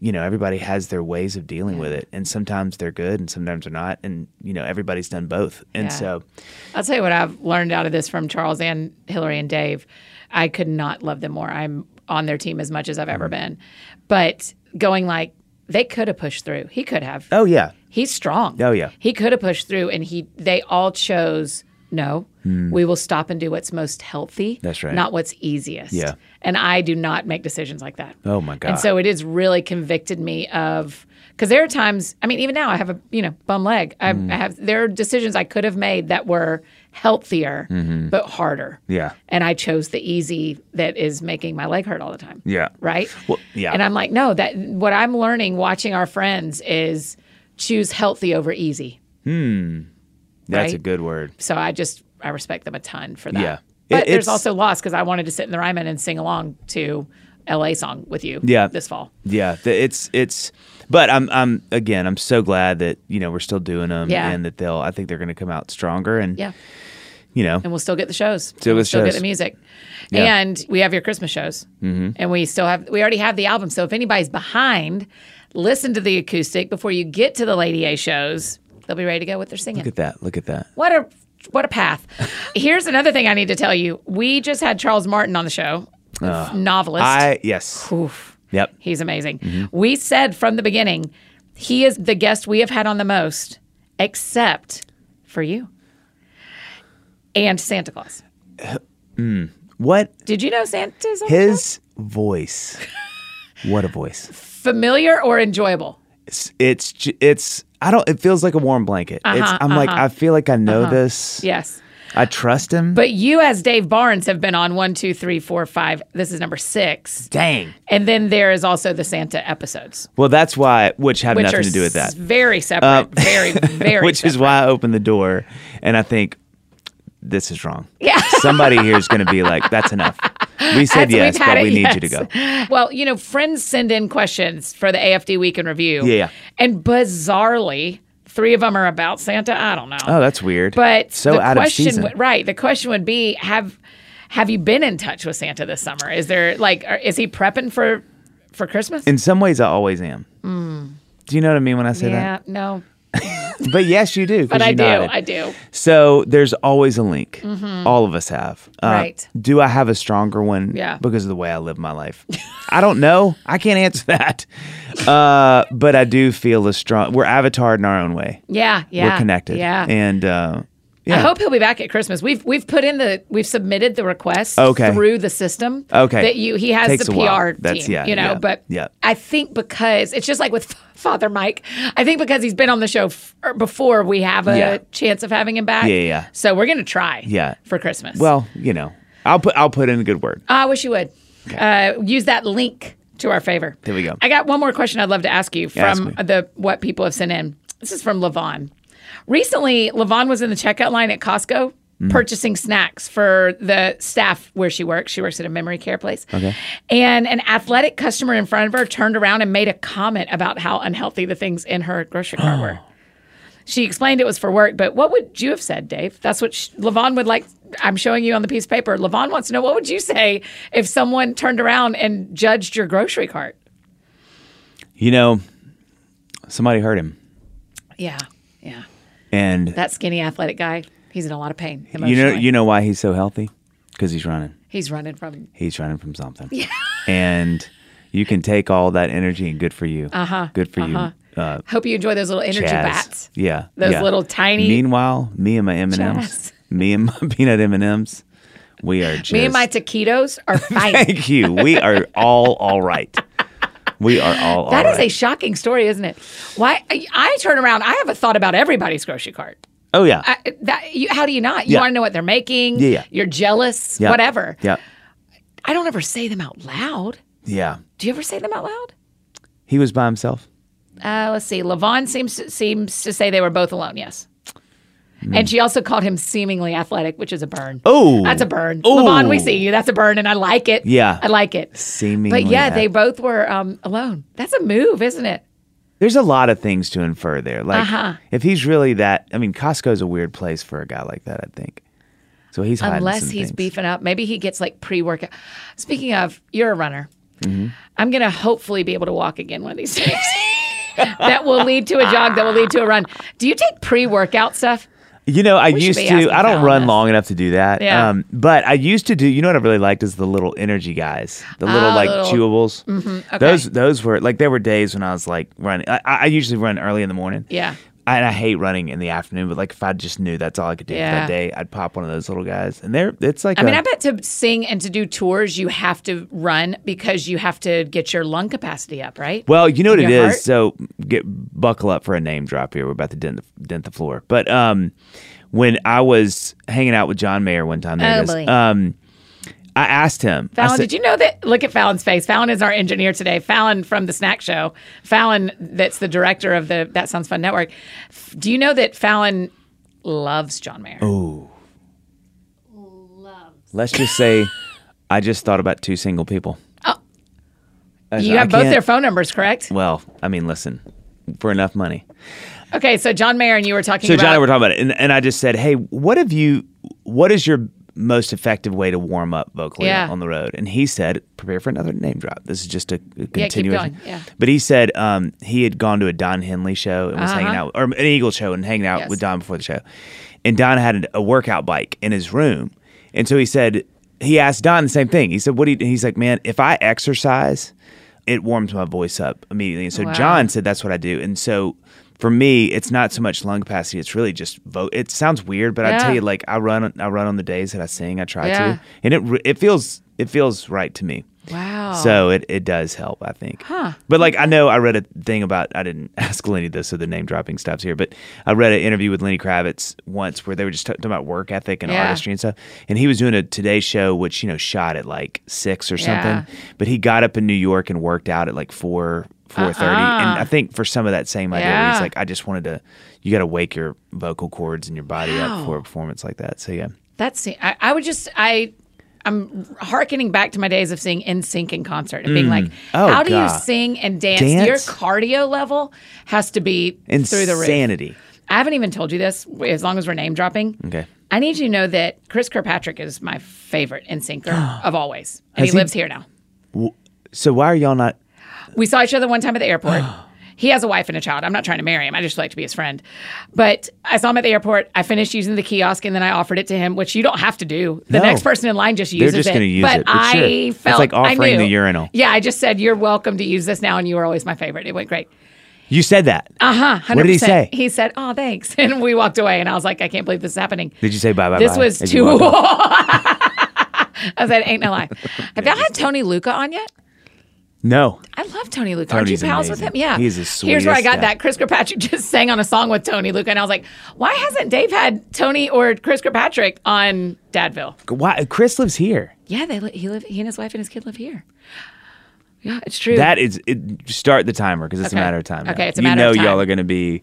you know, everybody has their ways of dealing with it. And sometimes they're good and sometimes they're not. And, you know, everybody's done both. And Yeah. so, I'll tell you what I've learned out of this from Charles and Hillary and Dave. I could not love them more. I'm on their team as much as I've ever been. But going like they could have pushed through. He could have. oh, yeah. He's strong. Oh, yeah. He could have pushed through and he they all chose no. We will stop and do what's most healthy. Hmm. That's right. Not what's easiest. Yeah. And I do not make decisions like that. Oh, my God. And so it has really convicted me of because there are times. I mean, even now I have a you know bum leg. I, Hmm. I have there are decisions I could have made that were healthier but harder. Mm-hmm. Yeah. and I chose the easy that is making my leg hurt all the time. Yeah. right. Well, yeah. And I'm like, no. That what I'm learning watching our friends is choose healthy over easy. That's a Right? good word. So I just I respect them a ton for that. Yeah. But It- there's it's- also loss because I wanted to sit in the Ryman and sing along to LA song with you Yeah. this fall. Yeah, th- it's it's, but I'm I'm again I'm so glad that you know we're still doing them Yeah. and that they'll I think they're going to come out stronger and Yeah. you know and we'll still get the shows. Still And we'll get still shows. get the music, Yeah. and we have your Christmas shows, mm-hmm. and we still have we already have the album. So if anybody's behind, listen to the acoustic before you get to the Lady A shows. They'll be ready to go with their singing. look at that look at that What a what a path. Here's another thing I need to tell you. We just had Charles Martin on the show, novelist. Uh, I Mm-hmm. yes Oof. yep He's amazing. We said from the beginning, he is the guest we have had on the most, except for you and Santa Claus. what Did you know Santa's on the show? his voice what a voice familiar or enjoyable? it's it's j- it's I don't it feels like a warm blanket it's Uh-huh, I'm like I feel like I know this Yes. I trust him Uh-huh. But you, as Dave Barnes, have been on one, two, three, four, five. This is number six. dang And then there is also the Santa episodes, well that's why which have which nothing are to do with s- that Uh, very separate, very, very. which is separate. why I open the door and I think this is wrong. Yeah. Somebody here is going to be like, "That's enough. We That's- said we've yes, had but it, we need you to yes. go." Well, you know, friends send in questions for the AFD Week in Review. Yeah. And bizarrely, three of them are about Santa. I don't know. Oh, that's weird. But so the out question, of season. would- right? The question would be: Have have you been in touch with Santa this summer? Is there like, are- is he prepping for for Christmas? In some ways, I always am. Mm. Do you know what I mean when I say yeah, no, that? But yes, you do. 'cause but I you do, nodded. I do. So there's always a link. All of us have. Uh, Mm-hmm. Right. Do I have a stronger one? Yeah. Because of the way I live my life. I don't know. I can't answer that. Uh, but I do feel a strong. We're avatared in our own way. Yeah, yeah, We're connected. Yeah. And uh, yeah. I hope he'll be back at Christmas. We've we've put in the we've submitted the request Okay. through the system. Okay. that you he has Takes the a while. PR That's- team. yeah, you know, yeah, but yeah. I think because it's just like with Father Mike. I think because he's been on the show f- or before, we have a Yeah. chance of having him back. Yeah, yeah, yeah. So we're gonna try. Yeah. for Christmas. Ah, Well, you know, I'll put I'll put in a good word. I wish you would. Uh, use that link to our favor. There we go. I got one more question I'd love to ask you ask from me. the what people have sent in. This is from Levon. Recently, Levon was in the checkout line at Costco Mm. purchasing snacks for the staff where she works. She works at a memory care place. Okay. And an athletic customer in front of her turned around and made a comment about how unhealthy the things in her grocery cart were. She explained it was for work, but what would you have said, Dave? That's what sh Levon would like. I'm showing you on the piece of paper. Levon wants to know what would you say if someone turned around and judged your grocery cart? You know, somebody hurt him, Yeah, yeah. and That skinny athletic guy, he's in a lot of pain. you know Emotionally. you know why he's so healthy? Because he's running. he's running from. He's running from something. And you can take all that energy and good for you. Uh huh. Good for you. Uh, Hope you enjoy those little Uh-huh. energy Chaz. bats. Yeah. Those yeah. little tiny- Meanwhile, me and my M and Chaz. M's, me and my peanut M and M's, we are just. Me and my taquitos are fighting. Thank you. We are all all right. We are all That all is right. a shocking story, isn't it? Why I, I turn around, I have a thought about everybody's grocery cart. oh yeah. I, that you, how do you not? You Yeah. want to know what they're making. Yeah, yeah. You're jealous. yeah. Whatever. Yeah. I don't ever say them out loud. Yeah. Do you ever say them out loud? He was by himself. Uh, let's see. Levon seems to, seems to say they were both alone. Yes. And she also called him seemingly athletic, which is a burn. Hmm. Oh. that's a burn. Oh. Levon, we see you. That's a burn, and I like it. Yeah. I like it. Seemingly. But yeah, they ath- both were um, alone. That's a move, isn't it? There's a lot of things to infer there. Like, Uh-huh. if he's really that, I mean, Costco's a weird place for a guy like that. I think. So he's hiding Unless some he's things. beefing up. Maybe he gets like pre workout. Speaking of, you're a runner. Mm-hmm. I'm going to hopefully be able to walk again one of these days. that will lead to a jog, that will lead to a run. Do you take pre workout stuff? You know, I should used be to. asking I don't Val run this. long enough to do that. Um, Yeah. but I used to do. You know what I really liked is the little energy guys, the little Oh, like little- Mm-hmm, chewables. Those those were like there were days when I was like running. I, I usually run early in the morning. Yeah. And I hate running in the afternoon, but like if I just knew that's all I could do for Yeah. that day, I'd pop one of those little guys, and they're it's like I mean, a- I bet to sing and to do tours, you have to run because you have to get your lung capacity up, right? Well, you know what In it your is. heart? So get buckle up for a name drop here. We're about to dent the, dent the floor. But um, when I was hanging out with John Mayer one time, there Oh, it is, boy. um, I asked him. I Fallon, said- did you know that? Look at Fallon's face. Fallon is our engineer today. Fallon from the Snack Show. Fallon, that's the director of the That Sounds Fun Network. F- Do you know that Fallon loves John Mayer? Oh, Let's just say, I just thought about two single people. Oh, you have both their phone numbers, correct? Well, I mean, listen, for enough money. Okay, so John Mayer and you were talking So about. John and I were talking about it, and, and I just said, "Hey, what have you? What is your most effective way to warm up vocally Yeah. on the road?" And he said, "Prepare for another name drop. This is just a, a Yeah, keep continuation." going. Yeah. But he said um, he had gone to a Don Henley show and was hanging out, or an Eagle show and hanging out Uh-huh. Yes. with Don before the show, and Don had an- a workout bike in his room, and so he said he asked Don the same thing. He said, "What do you?" He's like, "Man, if I exercise." It warms my voice up immediately. And so Wow. John said that's what I do. And so for me, it's not so much lung capacity. It's really just vote. It sounds weird, but I Yeah. tell you, like I run, I run on the days that I sing. I try Yeah. to, and it re- it feels it feels right to me. Wow. So it, it does help, I think. Huh. But like I know I read a thing about I didn't ask Lenny this, so the name dropping stops here. But I read an interview with Lenny Kravitz once where they were just ta- talking about work ethic and Yeah. artistry and stuff. And he was doing a Today Show, which you know shot at like six or something. Yeah. But he got up in New York and worked out at like four four thirty. And I think for some of that same idea, where Uh-uh. Yeah. he's like, I just wanted to. You got to wake your vocal cords and your body Wow. up for a performance like that. So yeah. That's I, I would just I I'm harkening back to my days of seeing NSYNC in concert and being like, Oh, how do you God. sing and dance? Your Dance? cardio level has to be through the roof. Insanity. I haven't even told you this. As long as we're name dropping, Okay. I need you to know that Chris Kirkpatrick is my favorite NSYNCer of always, and Has he, he- lives here now. So why are y'all not? We saw each other one time at the airport. He has a wife and a child. I'm not trying to marry him. I just like to be his friend. But I saw him at the airport. I finished using the kiosk and then I offered it to him, which you don't have to do. The No. next person in line just They're uses just it. gonna use but it, but sure. I It's felt like offering I knew. the urinal. Yeah, I just said you're welcome to use this now, and you were always my favorite. It went great. You said that. Uh huh. What did he say? He said, "Oh, thanks," and we walked away. And I was like, "I can't believe this is happening." Did you say bye bye? This bye was as you too. walked out? I said, "Ain't no lie." Have y'all had Tony Luca on yet? No. I love Tony Luca. Aren't you Tony's pals with amazing. him? Yeah. He's the Here's where I sweetest got guy. that. Chris Kirkpatrick just sang on a song with Tony Luca, and I was like, why hasn't Dave had Tony or Chris Kirkpatrick on Dadville? Why? Chris lives here. Yeah, they li- he live he and his wife and his kid live here. Yeah, it's true. That is. It, start the timer because it's Okay. a matter of time. now. Okay, it's a you matter know of time. y'all are going to be.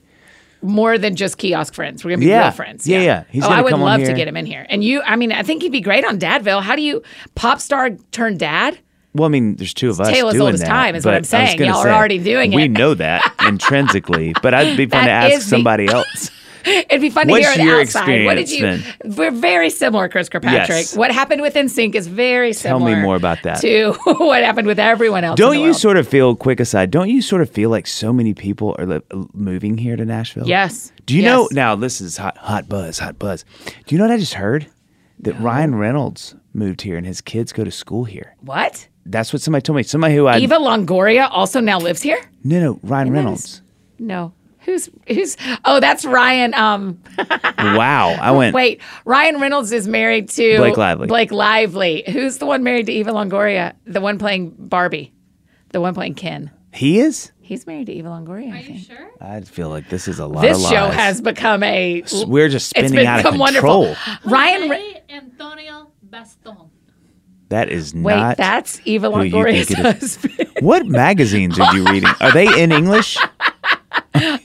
More than just kiosk friends. We're gonna be Yeah. real friends. Yeah, yeah. He's oh, gonna I would come on love to here. get him in here. And you, I mean, I think he'd be great on Dadville. How do you pop star turn dad? Well, I mean, there's two of us tale as doing old as that, time is what but I'm I was saying. gonna Y'all are say, already doing We it. know that intrinsically, but I'd be fun to That ask is the- somebody else. It'd be fun What's to hear your it outside. What did experience you? then? We're very similar, Chris Kirkpatrick. Yes. What happened with NSYNC is very Tell similar. me more about that. To what happened with everyone else. in Don't the you world. sort of feel? Quick aside. Don't you sort of feel like so many people are li- moving here to Nashville? Yes. Do you Yes. know now? This is hot, hot buzz, hot buzz. Do you know what I just heard? That Ryan Reynolds moved here and his kids go to school here. what? That's what somebody told me. Somebody who I Eva Longoria also now lives here. no no Ryan that Reynolds. No. Who's who's? Oh, that's Ryan. Um, wow, I went. Oh, wait, Ryan Reynolds is married to Blake Lively. Blake Lively. Who's the one married to Eva Longoria? The one playing Barbie. The one playing Ken. He is. He's married to Eva Longoria. I think. Sure. I feel like this is a lot. This of show lies. has become a. We're just It's spinning out of become control. wonderful. Ryan. Re- Jose Antonio Baston. That is Wait, not. that's Eva who you think Longoria's it husband. What magazines are you reading? Are they in English?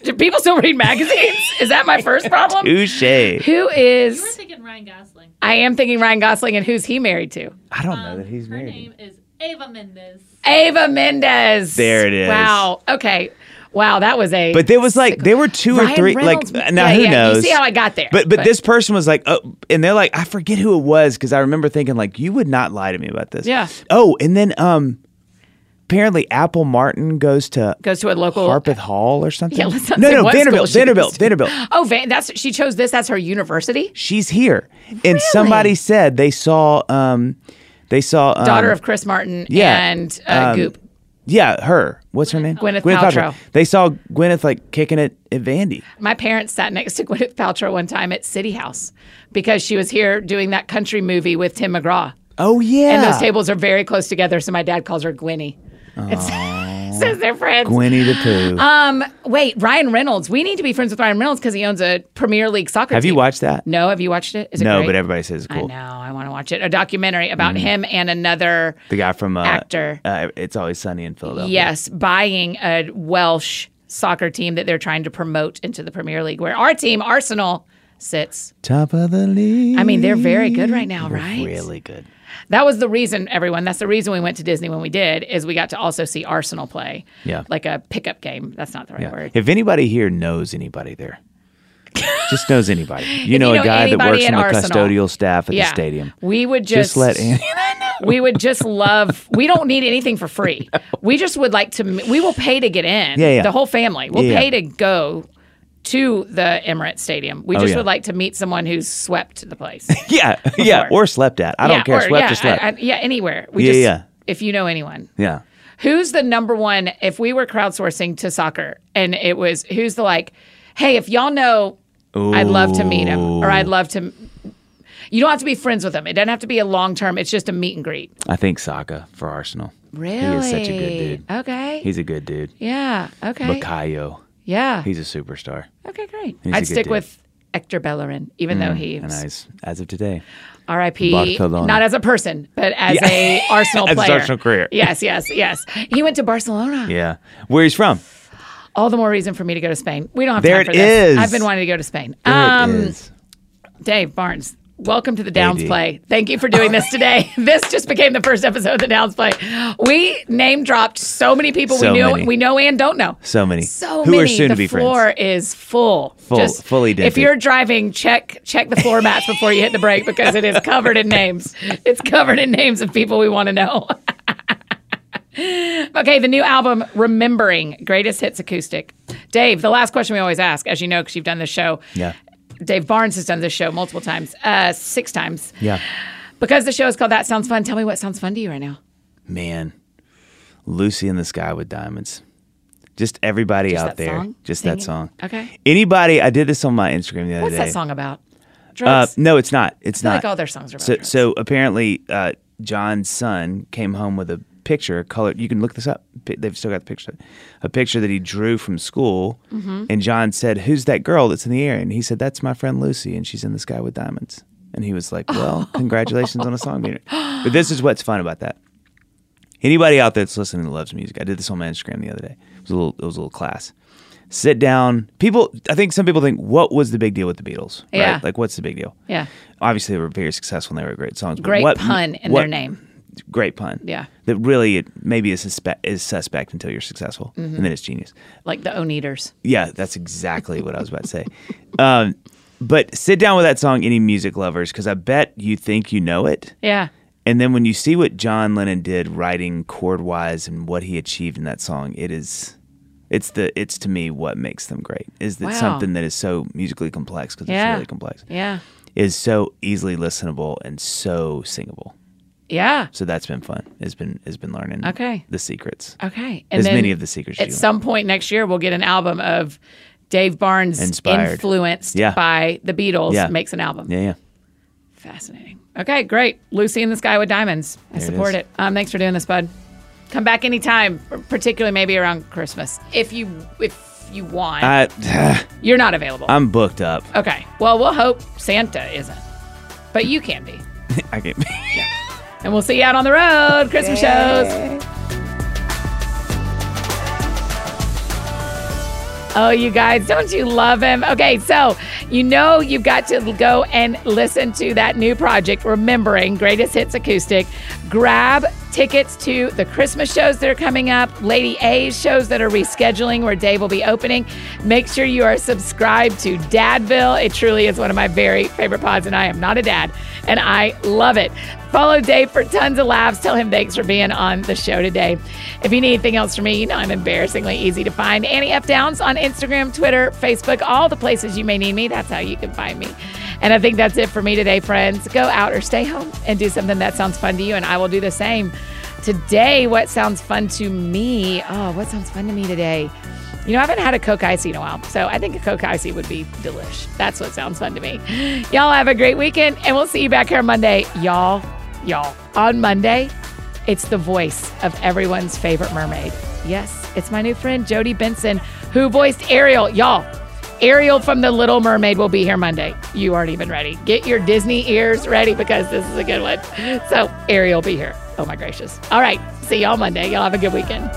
Do people still read magazines? Is that my first problem? Touche. I Who You were is? thinking Ryan Gosling. I am thinking Ryan Gosling, and who's he married to? don't Um, know that he's Her married. name is Ava Mendez. Ava Mendez. There it is. Wow. Okay. Wow, that was a. But there was like there were two or Ryan three Reynolds- like now yeah, who yeah, you knows? see how I got there, But, but but- this person was like, oh, and they're like, I forget who it was because I remember thinking like, you would not lie to me about this. Yeah. Oh, and then um, apparently Apple Martin goes to Goes to a local. Harpeth Hall or something. Yeah, let's not no, say no, what Vanderbilt, school she Vanderbilt, goes to. Vanderbilt. Oh, Van, that's she chose this. That's her university. She's here, and somebody said they saw, um, they saw um, Daughter of Chris Martin yeah, and uh, um, Goop. yeah, her. What's her name? Gwyneth Paltrow. They saw Gwyneth like kicking it at Vandy. My parents sat next to Gwyneth Paltrow one time at City House because she was here doing that country movie with Tim McGraw. Oh yeah, And those tables are very close together, so my dad calls her Gwynny. It's, says they're friends. Gwynny the Pooh. Um, wait, Ryan Reynolds. We need to be friends with Ryan Reynolds because he owns a Premier League soccer Have you team. watched that? No, have you watched it? Is it No, great? but everybody says it's I cool. Mm. know. I want to watch it. A documentary about him and another. The guy from uh, Actor. Uh, it's always sunny in Philadelphia. Yes, buying a Welsh soccer team that they're trying to promote into the Premier League, where our team Arsenal sits. Top of the league. I mean, they're very good right now, right? really good. That was the reason, everyone. That's the reason we went to Disney when we did, is we got to also see Arsenal play. Yeah. Like a pickup game. That's not the right word. If anybody here knows anybody there, just knows anybody. You If know you know a guy that anybody works at on the Arsenal. custodial staff at yeah. the stadium. We would just, Just let Annie. we would just love. We don't need anything for free. We just would like to. We will pay to get in. Yeah, yeah. The whole family. We'll Yeah, yeah. pay to go to the Emirates Stadium. We just Oh, yeah. would like to meet someone who's swept the place. yeah, yeah, or slept at. I don't care. Or, slept yeah, or slept. I- I- yeah. Anywhere. We Yeah, just. yeah. If you know anyone, yeah. who's the number one? If we were crowdsourcing to soccer, and it was who's the like, hey, if y'all know, I'd love to meet him, or I'd love to. You don't have to be friends with him. It doesn't have to be a long term. It's just a meet and greet. I think Saka for Arsenal. Really? He is such a good dude. Okay. He's a good dude. yeah. Okay. Bakayo. yeah. He's a superstar. okay, great. a I'd good stick dude. Mm, with Hector Bellerin, even though And he's as, as of today, R.I.P. Barcelona. Not as a person, but as a Arsenal As his player. Arsenal career. Yes, yes, yes. He went to Barcelona. yeah, where he's from. All the more reason for me to go to Spain. We don't have There time for it this. is. I've been wanting to go to Spain. There it um, is. Dave Barnes, welcome to the Downs AD. Play. Thank you for doing this today. this just became the first episode of the Downs Play. We name dropped so many people So we knew, many. we know and don't know. So many. So Who many. are soon the to be floor friends. is full. Full- fully If dented. you're driving, check check the floor mats before you hit the brake because it is covered in names. It's covered in names of people we want to know. okay, the new album, Remembering, greatest hits acoustic. Dave, the last question we always ask, as you know, because you've done this show. Yeah. Dave Barnes has done this show multiple times, uh, six times. Yeah. Because the show is called That Sounds Fun. Tell me what sounds fun to you right now. Man, Lucy in the Sky with Diamonds. Just everybody out that there. song? Just Singing? that song. Okay. Anybody, I did this on my Instagram the other What's day. that song about? Uh, Drugs. no, it's not. It's I feel not. like oh, all their songs are about so, drugs. so apparently, uh, John's son came home with a picture, color. You can look this up. P- They've still got the picture. A picture that he drew from school. Mm-hmm. And John said, "Who's that girl that's in the air?" And he said, "That's my friend Lucy, and she's in the sky with diamonds." And he was like, "Well, congratulations on a song being." But this is what's fun about that. Anybody out there that's listening that loves music, I did this on my Instagram the other day. It was a little, it was a little class. Sit down. People, I think some people think, what was the big deal with the Beatles? Right? Yeah. Like, what's the big deal? Yeah. Obviously, they were very successful and they were great songs. but Great what- pun in what- their name. Great pun. Yeah. That really it maybe is, suspe- is suspect until you're successful, Mm-hmm. and then it's genius. Like the Oneaters. Yeah, that's exactly what I was about to say. Um, but sit down with that song, any music lovers, because I bet you think you know it. Yeah. And then when you see what John Lennon did writing chord wise and what he achieved in that song, it is it's the it's to me what makes them great is that Wow. something that is so musically complex because Yeah. it's really complex Yeah. is so easily listenable and so singable. Yeah. So that's been fun. It's been it's been learning Okay. the secrets. Okay. And As then many of the secrets At you want. some point next year, we'll get an album of Dave Barnes Inspired. influenced Yeah. by the Beatles Yeah. makes an album. Yeah, yeah. Fascinating. Okay, great. Lucy in the Sky with Diamonds. I There it support is. it. Um, thanks for doing this, bud. Come back anytime, particularly maybe around Christmas, if you if you want. I You're not available. I'm booked up. okay. Well, we'll hope Santa isn't, but you can be. I can't. And we'll see you out on the road, Christmas shows. Oh, you guys, don't you love him? Okay, so you know you've got to go and listen to that new project, Remembering Greatest Hits Acoustic grab tickets to the Christmas shows that are coming up, Lady A's shows that are rescheduling where Dave will be opening. Make sure you are subscribed to Dadville. It truly is one of my very favorite pods, and I am not a dad, and I love it. Follow Dave for tons of laughs. Tell him thanks for being on the show today. If you need anything else from me, you know I'm embarrassingly easy to find. Annie F. Downs on Instagram, Twitter, Facebook, all the places you may need me. That's how you can find me. And I think that's it for me today, friends. Go out or stay home and do something that sounds fun to you, and I will do the same. Today, what sounds fun to me? Oh, what sounds fun to me today? You know, I haven't had a Coke Icy in a while, so I think a Coke Icy would be delish. That's what sounds fun to me. Y'all have a great weekend, and we'll see you back here Monday. Y'all, y'all, on Monday, it's the voice of everyone's favorite mermaid. Yes, it's my new friend, Jodie Benson, who voiced Ariel. Y'all, Ariel from The Little Mermaid will be here Monday. You aren't even ready. Get your Disney ears ready because this is a good one. So, Ariel will be here. Oh my gracious. All right. See y'all Monday. Y'all have a good weekend.